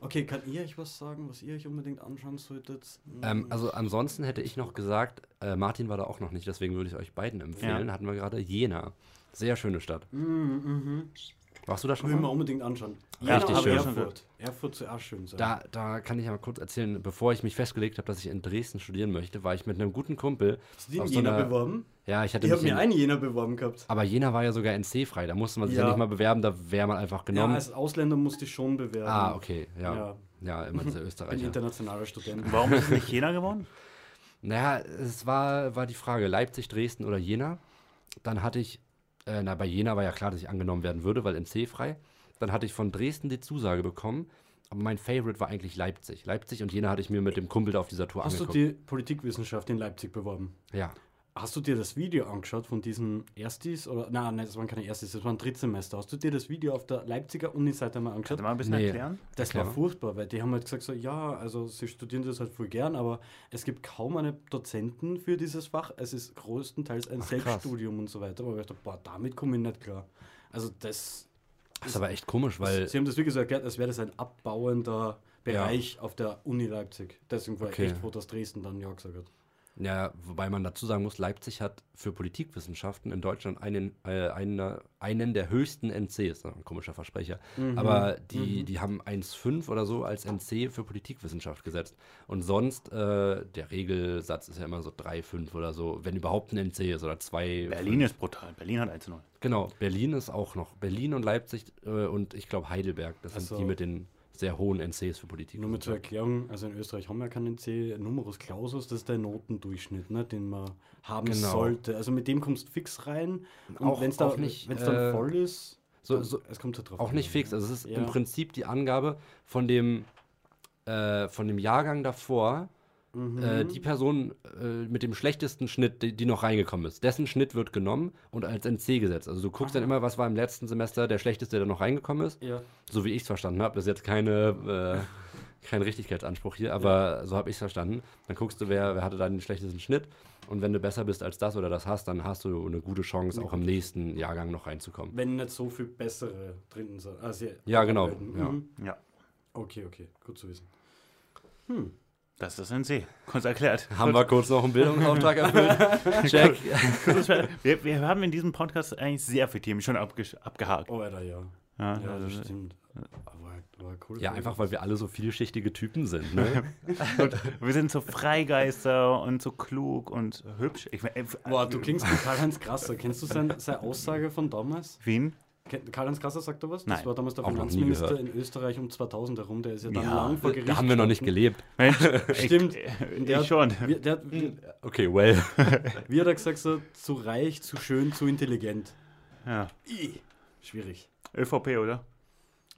B: Okay, kann ihr euch was sagen, was ihr euch unbedingt anschauen solltet? Hm,
C: Ähm, also ansonsten hätte ich noch gesagt, äh, Martin war da auch noch nicht, deswegen würde ich euch beiden empfehlen.
A: Ja.
C: Hatten wir gerade Jena. Sehr schöne Stadt.
B: Mhm, mhm.
C: Warst du da schon?
B: Will man
C: Mal?
B: unbedingt anschauen.
C: Ja, richtig
B: aber
C: schön.
B: Erfurt. Erfurt soll auch schön sein.
C: Da, da kann ich ja mal kurz erzählen, bevor ich mich festgelegt habe, dass ich in Dresden studieren möchte, war ich mit einem guten Kumpel.
B: Hast du die in
C: auf so
B: Jena
C: einer-
B: beworben?
C: Ja, ich hatte
B: Ich
C: mich
B: habe mir
C: in-
B: einen Jena beworben gehabt.
C: Aber Jena war ja sogar NC-frei, da musste man sich ja.
B: Ja.
C: nicht mal bewerben, da wäre man einfach
B: Ja,
C: genommen.
B: als Ausländer musste ich schon bewerben.
C: ah, okay, ja.
B: Ähm, Ja. Mhm.
C: Ja, immer dieser
B: Ich bin
C: Österreicher.
B: internationaler Student.
A: Warum ist es nicht Jena geworden?
C: Naja, es war, war die Frage, Leipzig, Dresden oder Jena. Dann hatte ich, äh, na, bei Jena war ja klar, dass ich angenommen werden würde, weil NC-frei. Dann hatte ich von Dresden die Zusage bekommen, aber mein Favorite war eigentlich Leipzig. Leipzig und Jena hatte ich mir mit dem Kumpel da auf dieser Tour
B: Hast du
C: angeguckt.
B: die Politikwissenschaft in Leipzig beworben?
C: ja.
B: Hast du dir das Video angeschaut von diesen Erstis? Oder, nein, nein, das waren keine Erstis, das waren Drittsemester. Hast du dir das Video auf der Leipziger Uni-Seite mal angeschaut?
A: Kannst du mal ein bisschen
C: Nee.
A: erklären?
B: Das war
C: Erklär mal.
B: furchtbar, weil die haben halt gesagt, so, ja, also sie studieren das halt voll gern, aber es gibt kaum eine Dozenten für dieses Fach. Es ist größtenteils ein
C: Ach, krass.
B: Selbststudium und so weiter. Aber ich dachte, boah, damit komme ich nicht klar. Also das,
C: Das ist aber echt komisch, weil
B: sie haben das wirklich so erklärt, als wäre das ein abbauender Bereich auf der Uni Leipzig. Deswegen war
C: Okay.
B: ich echt froh, dass Dresden dann ja gesagt hat.
C: Ja, wobei man dazu sagen muss, Leipzig hat für Politikwissenschaften in Deutschland einen, äh, einen, einen der höchsten NCs. Ein komischer Versprecher. Aber die, die haben 1,5 oder so als NC für Politikwissenschaft gesetzt. Und sonst, äh, der Regelsatz ist ja immer so 3,5 oder so, wenn überhaupt ein NC ist oder 2.
A: Berlin ist brutal. Berlin hat 1-0.
C: Genau, Berlin ist auch noch. Berlin und Leipzig äh, und ich glaube Heidelberg, das sind
B: Also-
C: die mit den sehr hohen NCs für Politik.
B: Nur mal zur Erklärung, also in Österreich haben wir keinen C, Numerus Clausus, das ist der Notendurchschnitt, ne, den man haben
C: Genau.
B: sollte. Also mit dem kommst du fix rein und
C: Auch-
B: wenn es da,
C: auch nicht,
B: wenn's dann
C: äh,
B: voll ist,
C: so-
B: dann,
C: so-
B: es kommt halt drauf
C: Auch
B: an,
C: nicht
B: ne?
C: fix. Also es ist
B: Ja.
C: im Prinzip die Angabe von dem, äh, von dem Jahrgang davor, äh, die Person äh, mit dem schlechtesten Schnitt, die, die noch reingekommen ist. Dessen Schnitt wird genommen und als NC gesetzt. Also du guckst dann immer, was war im letzten Semester der schlechteste, der noch reingekommen ist.
B: Ja.
C: So wie ich es verstanden habe. Das ist jetzt keine, äh, kein Richtigkeitsanspruch hier, aber so habe ich es verstanden. Dann guckst du, wer, wer hatte da den schlechtesten Schnitt. Und wenn du besser bist als das oder das hast, dann hast du eine gute Chance, auch im nächsten Jahrgang noch reinzukommen.
B: Wenn nicht so viel bessere drin sind. Also,
C: Ja, genau,
B: Mhm.
C: ja.
A: Ja,
B: Okay, okay, gut zu wissen.
A: das ist ein See. Kurz erklärt.
C: Haben wir kurz noch einen Bildungsauftrag erfüllt? Check.
A: Wir, wir haben in diesem Podcast eigentlich sehr viele Themen schon abge abgehakt.
B: Oh, Alter, ja.
A: Ja,
B: Ja, das
A: also,
B: stimmt. Aber war cool.
C: Ja, einfach weil wir alle so vielschichtige Typen sind. Ne?
A: wir sind so Freigeister und so klug und hübsch. Ich, mein, äh,
B: Boah, du klingst wie Karl-Heinz Krasser. Kennst du sein, seine Aussage von damals?
A: Wien?
B: Kennt- Karl-Heinz Krasser sagt da was? Das
A: Nein,
B: war damals der
C: auch noch nie
B: Finanzminister
C: gehört.
B: in Österreich um 2000 herum. Der ist ja dann
A: Ja,
B: lang vor Gericht.
C: Da haben wir noch nicht gelebt.
A: Mensch,
B: Stimmt.
A: Ich, äh,
B: Der
A: ich
B: hat-
A: schon.
B: Wie, der, hat- wie,
C: Okay, well.
B: wie hat er gesagt, so, zu reich, zu schön, zu intelligent.
A: Ja.
B: Ih, schwierig.
A: ÖVP, oder?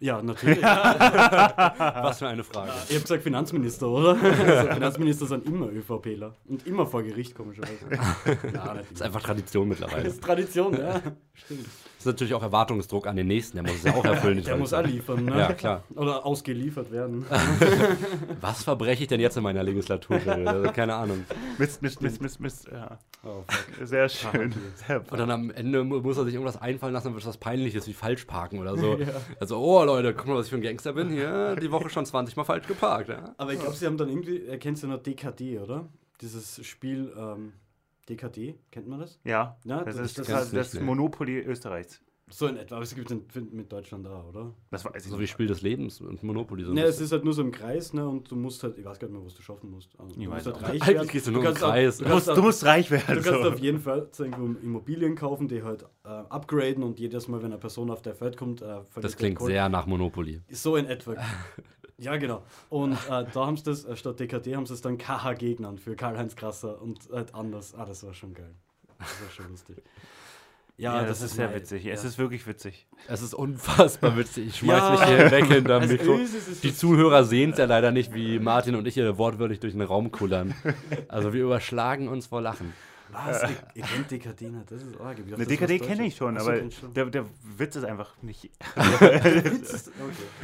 B: Ja, natürlich. Ich habe
C: Was für eine Frage.
B: gesagt Finanzminister, oder? Also, Finanzminister sind immer ÖVPler. Und immer vor Gericht, komischerweise. Na, nicht
C: Ist
B: immer.
C: einfach Tradition
B: Das
C: mittlerweile.
B: ist Tradition, ja. Stimmt.
C: Ist natürlich auch Erwartungsdruck an den nächsten. Der muss es ja auch erfüllen. die
B: Der muss auch
C: Tradition.
B: liefern, ne?
C: Ja, klar.
B: Oder ausgeliefert werden.
C: Was verbreche ich denn jetzt in meiner Legislatur? Also, keine Ahnung.
A: Mist, Mist, Mist, Mist, Mist. Ja.
B: Oh, fuck.
A: Sehr schön. Sehr
C: Und dann am Ende mu- muss er sich irgendwas einfallen lassen, was Peinliches wie falsch parken oder so. Also, oh Leute, guck mal, was ich für ein Gangster bin. Hier, die Woche schon 20 Mal falsch geparkt. Ja?
B: Aber ich glaube, sie haben dann irgendwie, äh, kennst du noch DKD, oder? Dieses Spiel ähm, DKD, kennt man das?
A: Ja,
B: Na,
A: das,
B: das-
A: ist
B: das
A: das,
C: kennst du
A: das
C: nicht, nee.
A: Monopoly Österreichs.
B: So in etwa, aber es gibt es mit Deutschland da, oder?
A: Das weiß ich
C: So wie
A: nicht.
C: Spiel des Lebens und Monopoly. So ein
B: Ne, es
C: bisschen.
B: ist halt nur so im Kreis, ne? Und du musst halt, ich weiß gar nicht mehr, was du schaffen musst. Also, du
A: Ich
B: musst
A: weiß
B: halt
A: auch.
B: reich
C: Eigentlich
B: werden.
C: geht's ja nur im
B: kannst auf-
C: Kreis.
B: Du
A: Du musst,
B: kannst,
A: du
B: auf,
A: musst reich werden.
B: du
C: Also.
B: kannst
A: so.
B: auf jeden Fall so irgendwo Immobilien kaufen, die halt äh, upgraden und jedes Mal, wenn eine Person auf der Feld kommt, äh, verliert
C: das
B: der
C: klingt
B: Gold.
C: sehr nach Monopoly.
B: So in etwa. Ja, genau. Und äh, da haben sie das, äh, statt DKD haben sie es dann KH-G genannt für Karl-Heinz Krasser und halt anders. Ah, das war schon geil. Das war schon lustig.
A: ja, das, ist sehr
B: mein-
A: witzig. Es
B: ja.
A: ist wirklich witzig.
C: Es ist unfassbar witzig. Ich schmeiß
B: Ja.
C: mich hier weg hinterm
B: Also
C: Mikro.
B: ist es- ist
C: Die
B: es-
C: Zuhörer sehen es ja leider nicht, wie Martin und ich hier wortwörtlich durch den Raum kullern. Also wir überschlagen uns vor Lachen.
B: Was? Ihr, ihr kennt DKD nicht? Das ist arg.
A: Eine DKD kenne ich schon, aber
B: Der
A: der, der Witz ist einfach nicht.
B: Witz ist.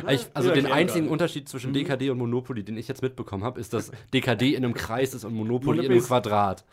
B: Okay.
C: Ich, also
A: Ja,
C: den
A: ich auch
C: einzigen
A: gerade.
C: Unterschied
B: Mhm.
C: zwischen DKD und Monopoly, den ich jetzt mitbekommen habe, ist, dass DKD in einem Kreis ist und Monopoly in einem
B: Monopoly ist-
C: Quadrat.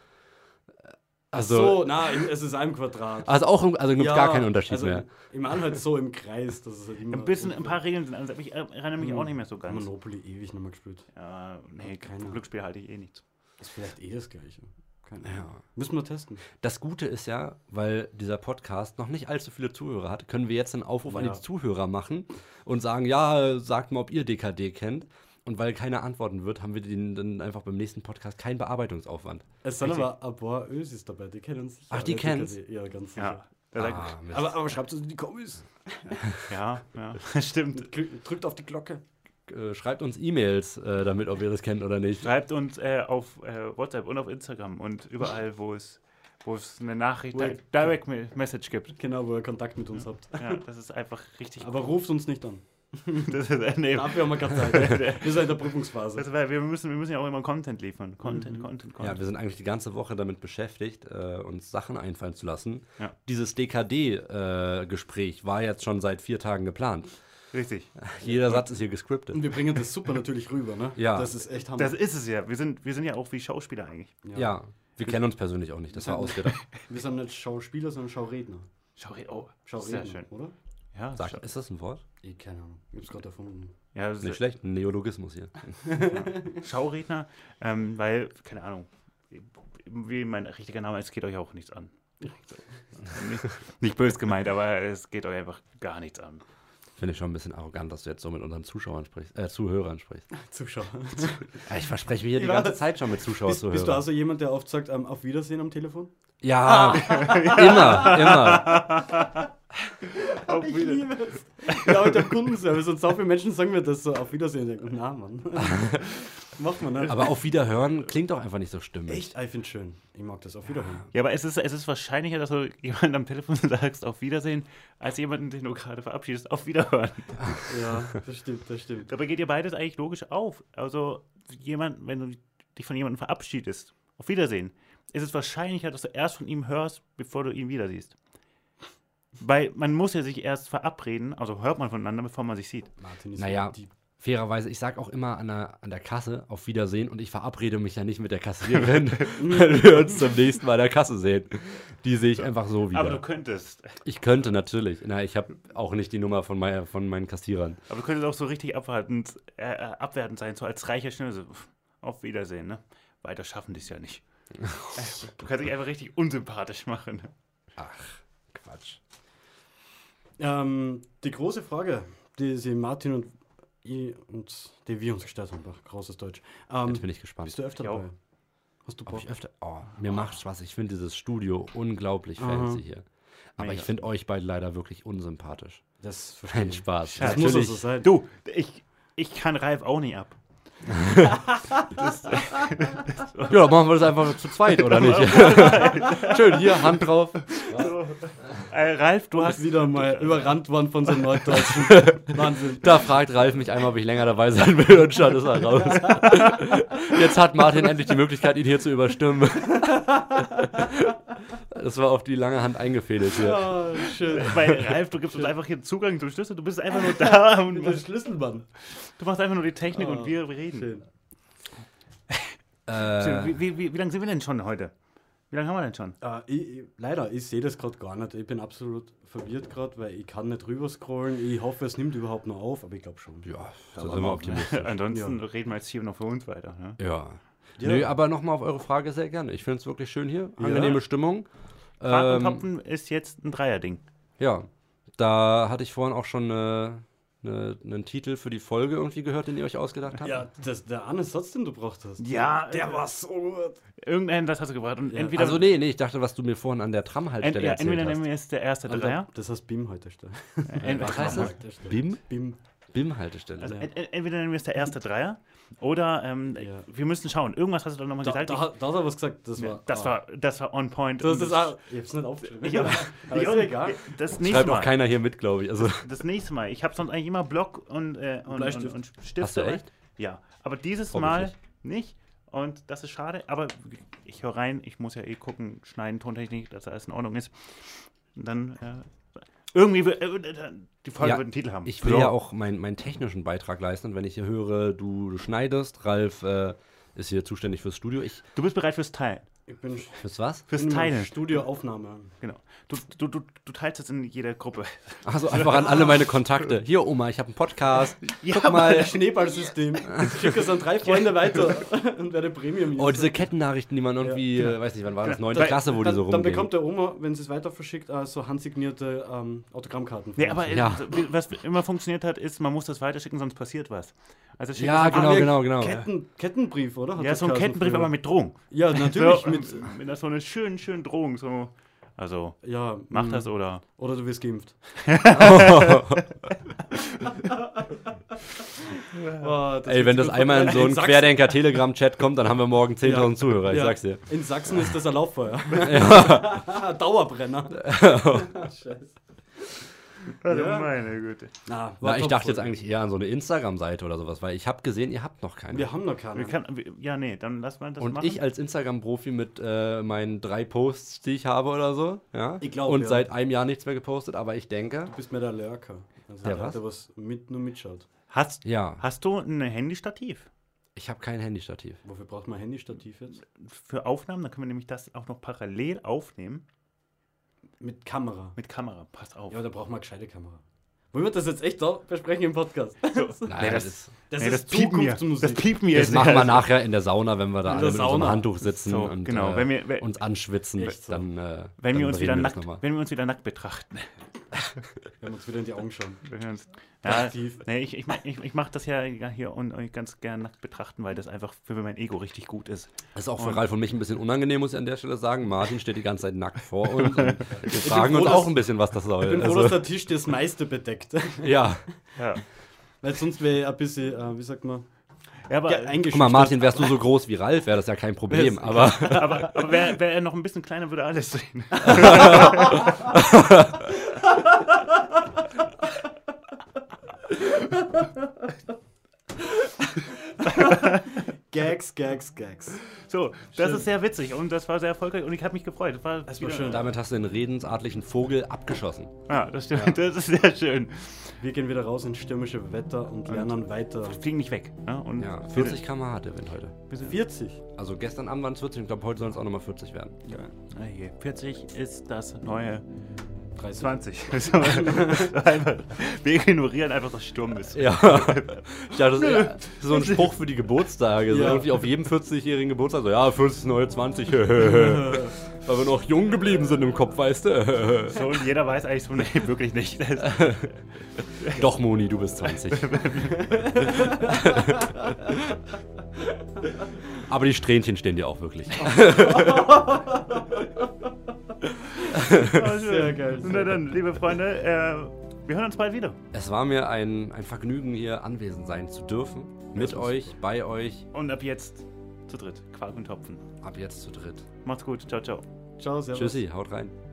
C: Also,
B: so, na, im- es ist ein Quadrat.
C: also auch im- also gibt
B: Ja,
C: gar keinen Unterschied
B: also
C: mehr.
B: Im Anhalt so im Kreis. Das ist halt immer
A: Ein bisschen, ein paar Regeln sind anders, aber ich äh, erinnere mich
B: Hm.
A: auch nicht mehr so ganz.
B: Monopoly ewig nochmal gespielt.
A: Ja, nee,
B: Keine
A: vom
B: Ahnung.
A: Glücksspiel halte ich eh nichts.
B: Ist vielleicht eh das Gleiche. Keine Ahnung.
C: Ja.
B: Müssen wir testen.
C: Das Gute ist ja, weil dieser Podcast noch nicht allzu viele Zuhörer hat, können wir jetzt einen Aufruf an
B: Ja.
C: die Zuhörer machen und sagen, ja, sagt mal, ob ihr DKD kennt. Und weil keiner antworten wird, haben wir den dann einfach beim nächsten Podcast keinen Bearbeitungsaufwand.
B: Es sind
A: Richtig.
B: aber ein paar Ösis dabei, die kennen uns sicher.
C: Ach, die
B: alle,
C: kennen's?
B: DKD. Ja, Ah. ganz sicher.
A: Ja, da sagt-
C: Ah, Mist.
B: Aber, aber schreibt es in die Kommis.
A: ja, ja stimmt.
B: Kl- Drückt auf die Glocke.
C: äh, schreibt uns E-Mails äh, damit, ob ihr das kennt oder nicht.
A: Schreibt uns äh, auf äh, WhatsApp und auf Instagram und überall, wo es, wo es eine Nachricht,
B: Wo-
A: Direct Me- Message gibt.
B: Genau, wo ihr Kontakt mit uns habt.
A: Ja, das ist einfach richtig.
B: Aber ruft uns nicht an.
A: das ist, äh, nee,
B: Dafür haben wir keine Zeit. Wir sind in der Prüfungsphase.
A: das, weil wir, müssen, wir müssen ja auch immer Content liefern.
B: Mhm.
A: Content, Content,
C: Ja,
A: Content.
C: wir sind eigentlich die ganze Woche damit beschäftigt, äh, uns Sachen einfallen zu lassen.
A: Ja.
C: Dieses DKD-Gespräch äh, war jetzt schon seit vier Tagen geplant.
A: Richtig.
C: Jeder Satz ist hier gescriptet.
B: Und wir bringen das super natürlich rüber, ne?
C: Ja.
B: Das ist echt Hammer.
A: Das ist es ja. Wir sind, wir sind ja auch wie Schauspieler eigentlich.
C: Ja. wir kennen uns persönlich auch nicht. Das war ausgedacht.
B: Wir sind nicht Schauspieler, sondern Schauredner.
A: Schau, oh,
B: Schauredner,
A: sehr schön.
B: oder?
A: Ja,
C: Sag,
A: schau-
C: ist das ein Wort?
B: Ich keine Ahnung. Ich hab's gerade erfunden.
A: ja das ist-
C: Nicht schlecht, ein Neologismus hier.
A: Schauredner, ähm, weil, keine Ahnung, wie mein richtiger Name ist, geht euch auch nichts an. nicht, nicht böse gemeint, aber es geht euch einfach gar nichts an.
C: Finde ich schon ein bisschen arrogant, dass du jetzt so mit unseren Zuschauern sprichst, äh, Zuhörern sprichst.
B: Zuschauer.
C: Ja, ich verspreche mir hier die
B: Ja.
C: ganze Zeit schon mit Zuschauer
B: Bist,
C: zu
B: bist du
C: hören.
B: also jemand, der oft sagt, ähm, auf Wiedersehen am Telefon?
C: Ja, immer, immer.
A: Auf
B: Ich
A: Wiedersehen.
B: liebe es. Ja, aber der Kundenservice und so viele Menschen sagen mir das so, auf Wiedersehen. Ich denk, Na, Mann. Macht man nicht.
C: Aber auf Wiederhören klingt doch einfach nicht so stimmig.
B: echt, Ah, ich find's schön. Ich mag das auf Wiederhören.
A: Ja, aber es ist, es ist wahrscheinlicher, dass du jemandem am Telefon sagst, auf Wiedersehen, als jemanden, den du gerade verabschiedest, auf Wiederhören.
B: Ja, das stimmt, das stimmt.
A: Dabei geht dir beides eigentlich logisch auf. Also, jemand, wenn du dich von jemandem verabschiedest, auf Wiedersehen, ist es wahrscheinlicher, dass du erst von ihm hörst, bevor du ihn wieder siehst. Weil man muss ja sich erst verabreden, also hört man voneinander, bevor man sich sieht.
B: Martin ist
C: Naja,
B: die
C: fairerweise, ich sag auch immer an der, an der Kasse auf Wiedersehen und ich verabrede mich ja nicht mit der Kassiererin, wenn wir uns zum nächsten Mal an der Kasse sehen. Die sehe ich einfach so
A: Aber du
C: wieder.
A: könntest.
C: Ich könnte natürlich. Na, ich habe auch nicht die Nummer von, mein, von meinen Kassierern.
A: Aber du könntest auch so richtig abwertend, äh, äh, abwertend sein, so als reicher Schnösel. So, pff, Auf Wiedersehen, ne? Weiter schaffen die es ja nicht. du kannst dich einfach richtig unsympathisch machen.
C: Quatsch.
B: Ähm, die große Frage, die sie Martin und ich und die wir uns gestellt haben, ach, großes Deutsch. Ähm,
C: Jetzt bin ich gespannt.
B: bist du öfter
A: Ja.
B: dabei? Hast du
C: Ob
B: Bock?
C: ich öfter. Oh, mir macht Spaß. Ich finde dieses Studio unglaublich
B: Aha.
C: fancy hier. Aber
A: Mega.
C: ich finde euch beide leider wirklich unsympathisch.
B: Das verstehe
C: Kein
B: ich.
C: Spaß.
B: Das muss
C: Natürlich.
B: also sein.
A: Du, ich, ich kann Ralf auch nicht ab.
C: Ja, machen wir das einfach zu zweit, oder nicht? Schön, hier, Hand drauf.
A: Äh, Ralf, du
B: Du
A: hast.
B: hast wieder mal überrannt worden von so einem Norddeutschen. Wahnsinn.
C: Da fragt Ralf mich einmal, ob ich länger dabei sein will und schon ist er raus. Jetzt hat Martin endlich die Möglichkeit, ihn hier zu überstimmen. Das war auf die lange Hand eingefädelt hier.
B: Ja, Ah, schön.
A: Weil Ralf, du gibst uns einfach hier Zugang zum Schlüssel, du bist einfach nur da und
B: Mit dem Schlüsselband.
A: du machst einfach nur die Technik
B: Ah,
A: und wir reden.
B: Schön. Ah.
C: Äh,
A: Wie, wie, wie, wie lange sind wir denn schon heute? Wie lange haben wir denn schon?
B: Äh, ich, ich, leider, ich sehe das gerade gar nicht. Ich bin absolut verwirrt gerade, weil ich kann nicht rüber scrollen. Ich hoffe, es nimmt überhaupt noch auf, aber ich glaube schon.
C: ja, so sind wir
B: Oh,
C: optimistisch.
A: Ansonsten reden wir jetzt hier noch für uns weiter. Ne?
C: Ja.
B: Ja.
C: Nö, aber nochmal auf eure Frage sehr gerne. Ich finde es wirklich schön hier. Angenehme Stimmung.
A: Fahrten
C: Ähm,
A: Topfen ist jetzt ein Dreierding.
C: Ja, da hatte ich vorhin auch schon eine, eine, einen Titel für die Folge irgendwie gehört, den ihr euch ausgedacht habt.
B: Ja, das, der eine Satz, den du braucht hast.
A: Ja,
B: Der
A: äh,
B: war so gut.
A: Irgendeinen, das hast du gebracht. Und
B: Ja.
A: entweder,
C: Also nee, nee, ich dachte, was du mir vorhin an der
A: ent,
C: Tramhaltestelle
A: ja,
C: erzählt
A: entweder nehmen
C: hast.
A: wir jetzt der erste Dreier.
B: Alter, das heißt BIM heute. Stell.
A: Ent-
C: Äh, Was heißt das? Bim?
B: BIM.
C: Bim-Haltestelle.
A: Also
B: Ja.
A: ent, ent- entweder nehmen wir jetzt der erste Dreier oder ähm,
B: Ja.
A: wir müssen schauen. Irgendwas hast du doch nochmal
B: Da,
A: gesagt.
B: da, hat- da hat er was gesagt. Das war. Ah.
A: das, war, das war on point.
B: Das
A: Und
B: ist auch, ich hab's nicht aufgeschrieben.
A: Ich hab-
B: aber
A: ich
B: ist
A: auch-
B: egal.
A: Das
C: Schreibt
A: nächste
C: auch
A: Mal.
C: keiner hier mit, glaube ich. Also,
A: Das nächste Mal. Ich habe sonst eigentlich immer Block und, äh, und, und,
B: Bleistift.
A: und Stifte.
C: Hast du echt?
A: Ja. Aber dieses
C: Hoffe ich
A: Mal nicht. Und das ist schade, aber ich höre rein, ich muss ja eh gucken, schneiden, Tontechnik, dass alles in Ordnung ist. Und dann äh, irgendwie wird- äh, die Folge
C: Ja,
A: wird einen Titel haben.
C: Ich will
A: So.
C: ja auch meinen meinen technischen Beitrag leisten. Und wenn ich hier höre, du, du schneidest, Ralf äh, ist hier zuständig fürs Studio. Ich,
A: Du bist bereit fürs Teilen.
B: Ich bin,
C: fürs was?
A: Fürs
B: bin im
A: Teilen.
B: Studioaufnahme.
A: Genau. Du, du, du, du teilst es in jeder Gruppe.
C: Also einfach an alle meine Kontakte. Hier, Oma, ich habe einen Podcast.
A: Ja,
C: Guck mal.
B: Schneeballsystem. Ich schicke es an drei Freunde weiter und werde Premium.
C: Oh, diese Kettennachrichten, die man irgendwie, äh, weiß nicht, wann war das? Neunte
A: Genau. Dann-
C: Klasse, wo die
B: dann,
C: so rumgehen.
B: dann bekommt der Oma, wenn sie es weiter verschickt, äh, so handsignierte ähm, Autogrammkarten.
A: Nee, aber äh,
C: Ja.
A: so, wie- was immer funktioniert hat, ist, man muss das weiterschicken, sonst passiert was. Also schick
C: ja,
A: das
C: genau,
B: wir-
C: genau, genau.
B: Ketten, Kettenbrief, oder? Hat
A: Ja,
B: das
A: so ein
B: geheißen
A: Kettenbrief,
B: früher?
A: aber mit Drohung.
B: Ja, natürlich.
A: so,
B: mit,
A: ähm, mit so einer schönen, schönen Drohung. So. Also,
B: ja,
A: mach
B: mm,
A: das oder.
B: Oder du wirst geimpft. Oh, das
C: Ey, wenn das einmal in so einen
B: Sachsen-
C: Querdenker-Telegram-Chat kommt, dann haben wir morgen 10.000
B: Ja.
C: Zuhörer, ich
B: Ja.
C: sag's dir.
B: In Sachsen ist das ein Lauffeuer. Dauerbrenner. Scheiße. Ja.
A: Also meine Güte.
B: Na, war
C: Na, ich
B: top
C: dachte jetzt
B: voll.
C: eigentlich eher an so eine Instagram-Seite oder sowas, weil ich habe gesehen, ihr habt noch keine.
B: Wir haben noch keine.
A: Wir kann, wir- ja, nee, dann lass mal das
C: Und
A: machen.
C: ich als Instagram-Profi mit äh, meinen drei Posts, die ich habe oder so, ja,
B: Ich glaub,
C: und
B: ja.
C: seit einem Jahr nichts mehr gepostet, aber ich denke,
B: Du bist mehr der Lurker. Also
C: Der
B: der,
C: was?
B: der was mit, nur mitschaut.
A: hast,
C: ja,
A: hast du ein Handy-Stativ
C: ich habe kein Handystativ.
B: Wofür braucht man Handystativ jetzt?
A: für Aufnahmen? Dann können wir nämlich das auch noch parallel aufnehmen
B: Mit Kamera.
A: mit Kamera. Pass auf.
B: Ja, da braucht man eine gescheite Kamera. Wollen wir das jetzt echt da besprechen im Podcast?
A: So.
C: Nein,
A: Nee,
C: das,
A: das-
C: ist,
B: Das
A: Nee,
B: ist
A: piept mir. Das
B: Zukunftsmusik.
A: piept mir
C: das
A: jetzt
C: machen wir
A: erst.
C: nachher in der Sauna, wenn wir da
B: In
C: alle
B: der
C: mit unserem
B: Sauna.
C: Handtuch sitzen
A: So,
C: und
A: genau,
C: äh,
A: wenn wir- wenn-
C: uns anschwitzen,
B: Echt so.
C: dann, äh,
A: Wenn
C: dann
A: wir, uns wieder
C: reden das
A: nackt,
C: nochmal.
A: wenn wir uns wieder nackt betrachten.
B: Wir haben uns wieder in die Augen geschaut.
C: Äh,
A: Wenn wir uns, ja,
B: Aktiv.
A: nee, ich ich, mach- ich, ich mache das ja hier und euch ganz gern nackt betrachten, weil das einfach für mein Ego richtig gut ist.
C: Das ist auch
A: Und-
C: für Ralf und mich ein bisschen unangenehm, muss ich an der Stelle sagen. Martin steht die ganze Zeit nackt vor uns. Und wir fragen
B: froh,
C: uns
B: dass-
C: auch ein bisschen, was das soll.
B: Ich bin froh, dass
C: also,
B: der Tisch das meiste bedeckt.
C: ja.
A: Ja,
B: Weil sonst wäre ich ein bisschen, äh, wie sagt man,
A: ja aber,
B: ja,
C: Guck mal,
B: eingeschüchtert.
C: Martin, wärst du so groß wie Ralf, wäre das ja kein Problem. Aber
A: aber, aber wäre wär er noch ein bisschen kleiner, würde alles sehen.
B: Gags, Gags, Gags.
A: So, das ist sehr witzig und das war sehr erfolgreich und ich habe mich gefreut. Das war,
B: Das war
A: wieder-
B: schön.
C: damit hast du den redensartlichen Vogel abgeschossen.
A: Ja, das stimmt. Das ist sehr schön.
B: Wir gehen wieder raus ins stürmische Wetter und lernen weiter.
A: Fliegen nicht weg. Ne? Und
C: Ja, 40 km/h hat der Wind heute.
B: 40.
C: Also gestern Abend waren es 40 und ich glaube, heute sollen es auch nochmal 40 werden.
A: Ah, je. 40 ist das neue
B: 30.
A: 20. Das ist einfach- Wir ignorieren einfach, dass Sturm ist.
C: Ja. Ich dachte, das ist eher so ein Spruch für die Geburtstage. So
B: Ja.
C: irgendwie auf jedem 40-jährigen Geburtstag so, ja, 40 ist neue 20. Weil wir noch jung geblieben sind im Kopf, weißt du?
A: So, und jeder weiß eigentlich so, nee, wirklich nicht. Das,
C: Doch, Moni, du bist 20. Aber die Strähnchen stehen dir auch wirklich.
A: Sehr
B: geil, sehr
A: Na dann, liebe Freunde, äh, wir hören uns bald wieder.
C: Es war mir ein, ein Vergnügen, hier anwesend sein zu dürfen. Mit euch, bei euch,
A: Und ab jetzt zu dritt. Quark und Topfen.
C: ab jetzt zu dritt.
A: Macht's gut. Ciao, ciao.
B: Ciao, servus.
C: Tschüssi, haut rein.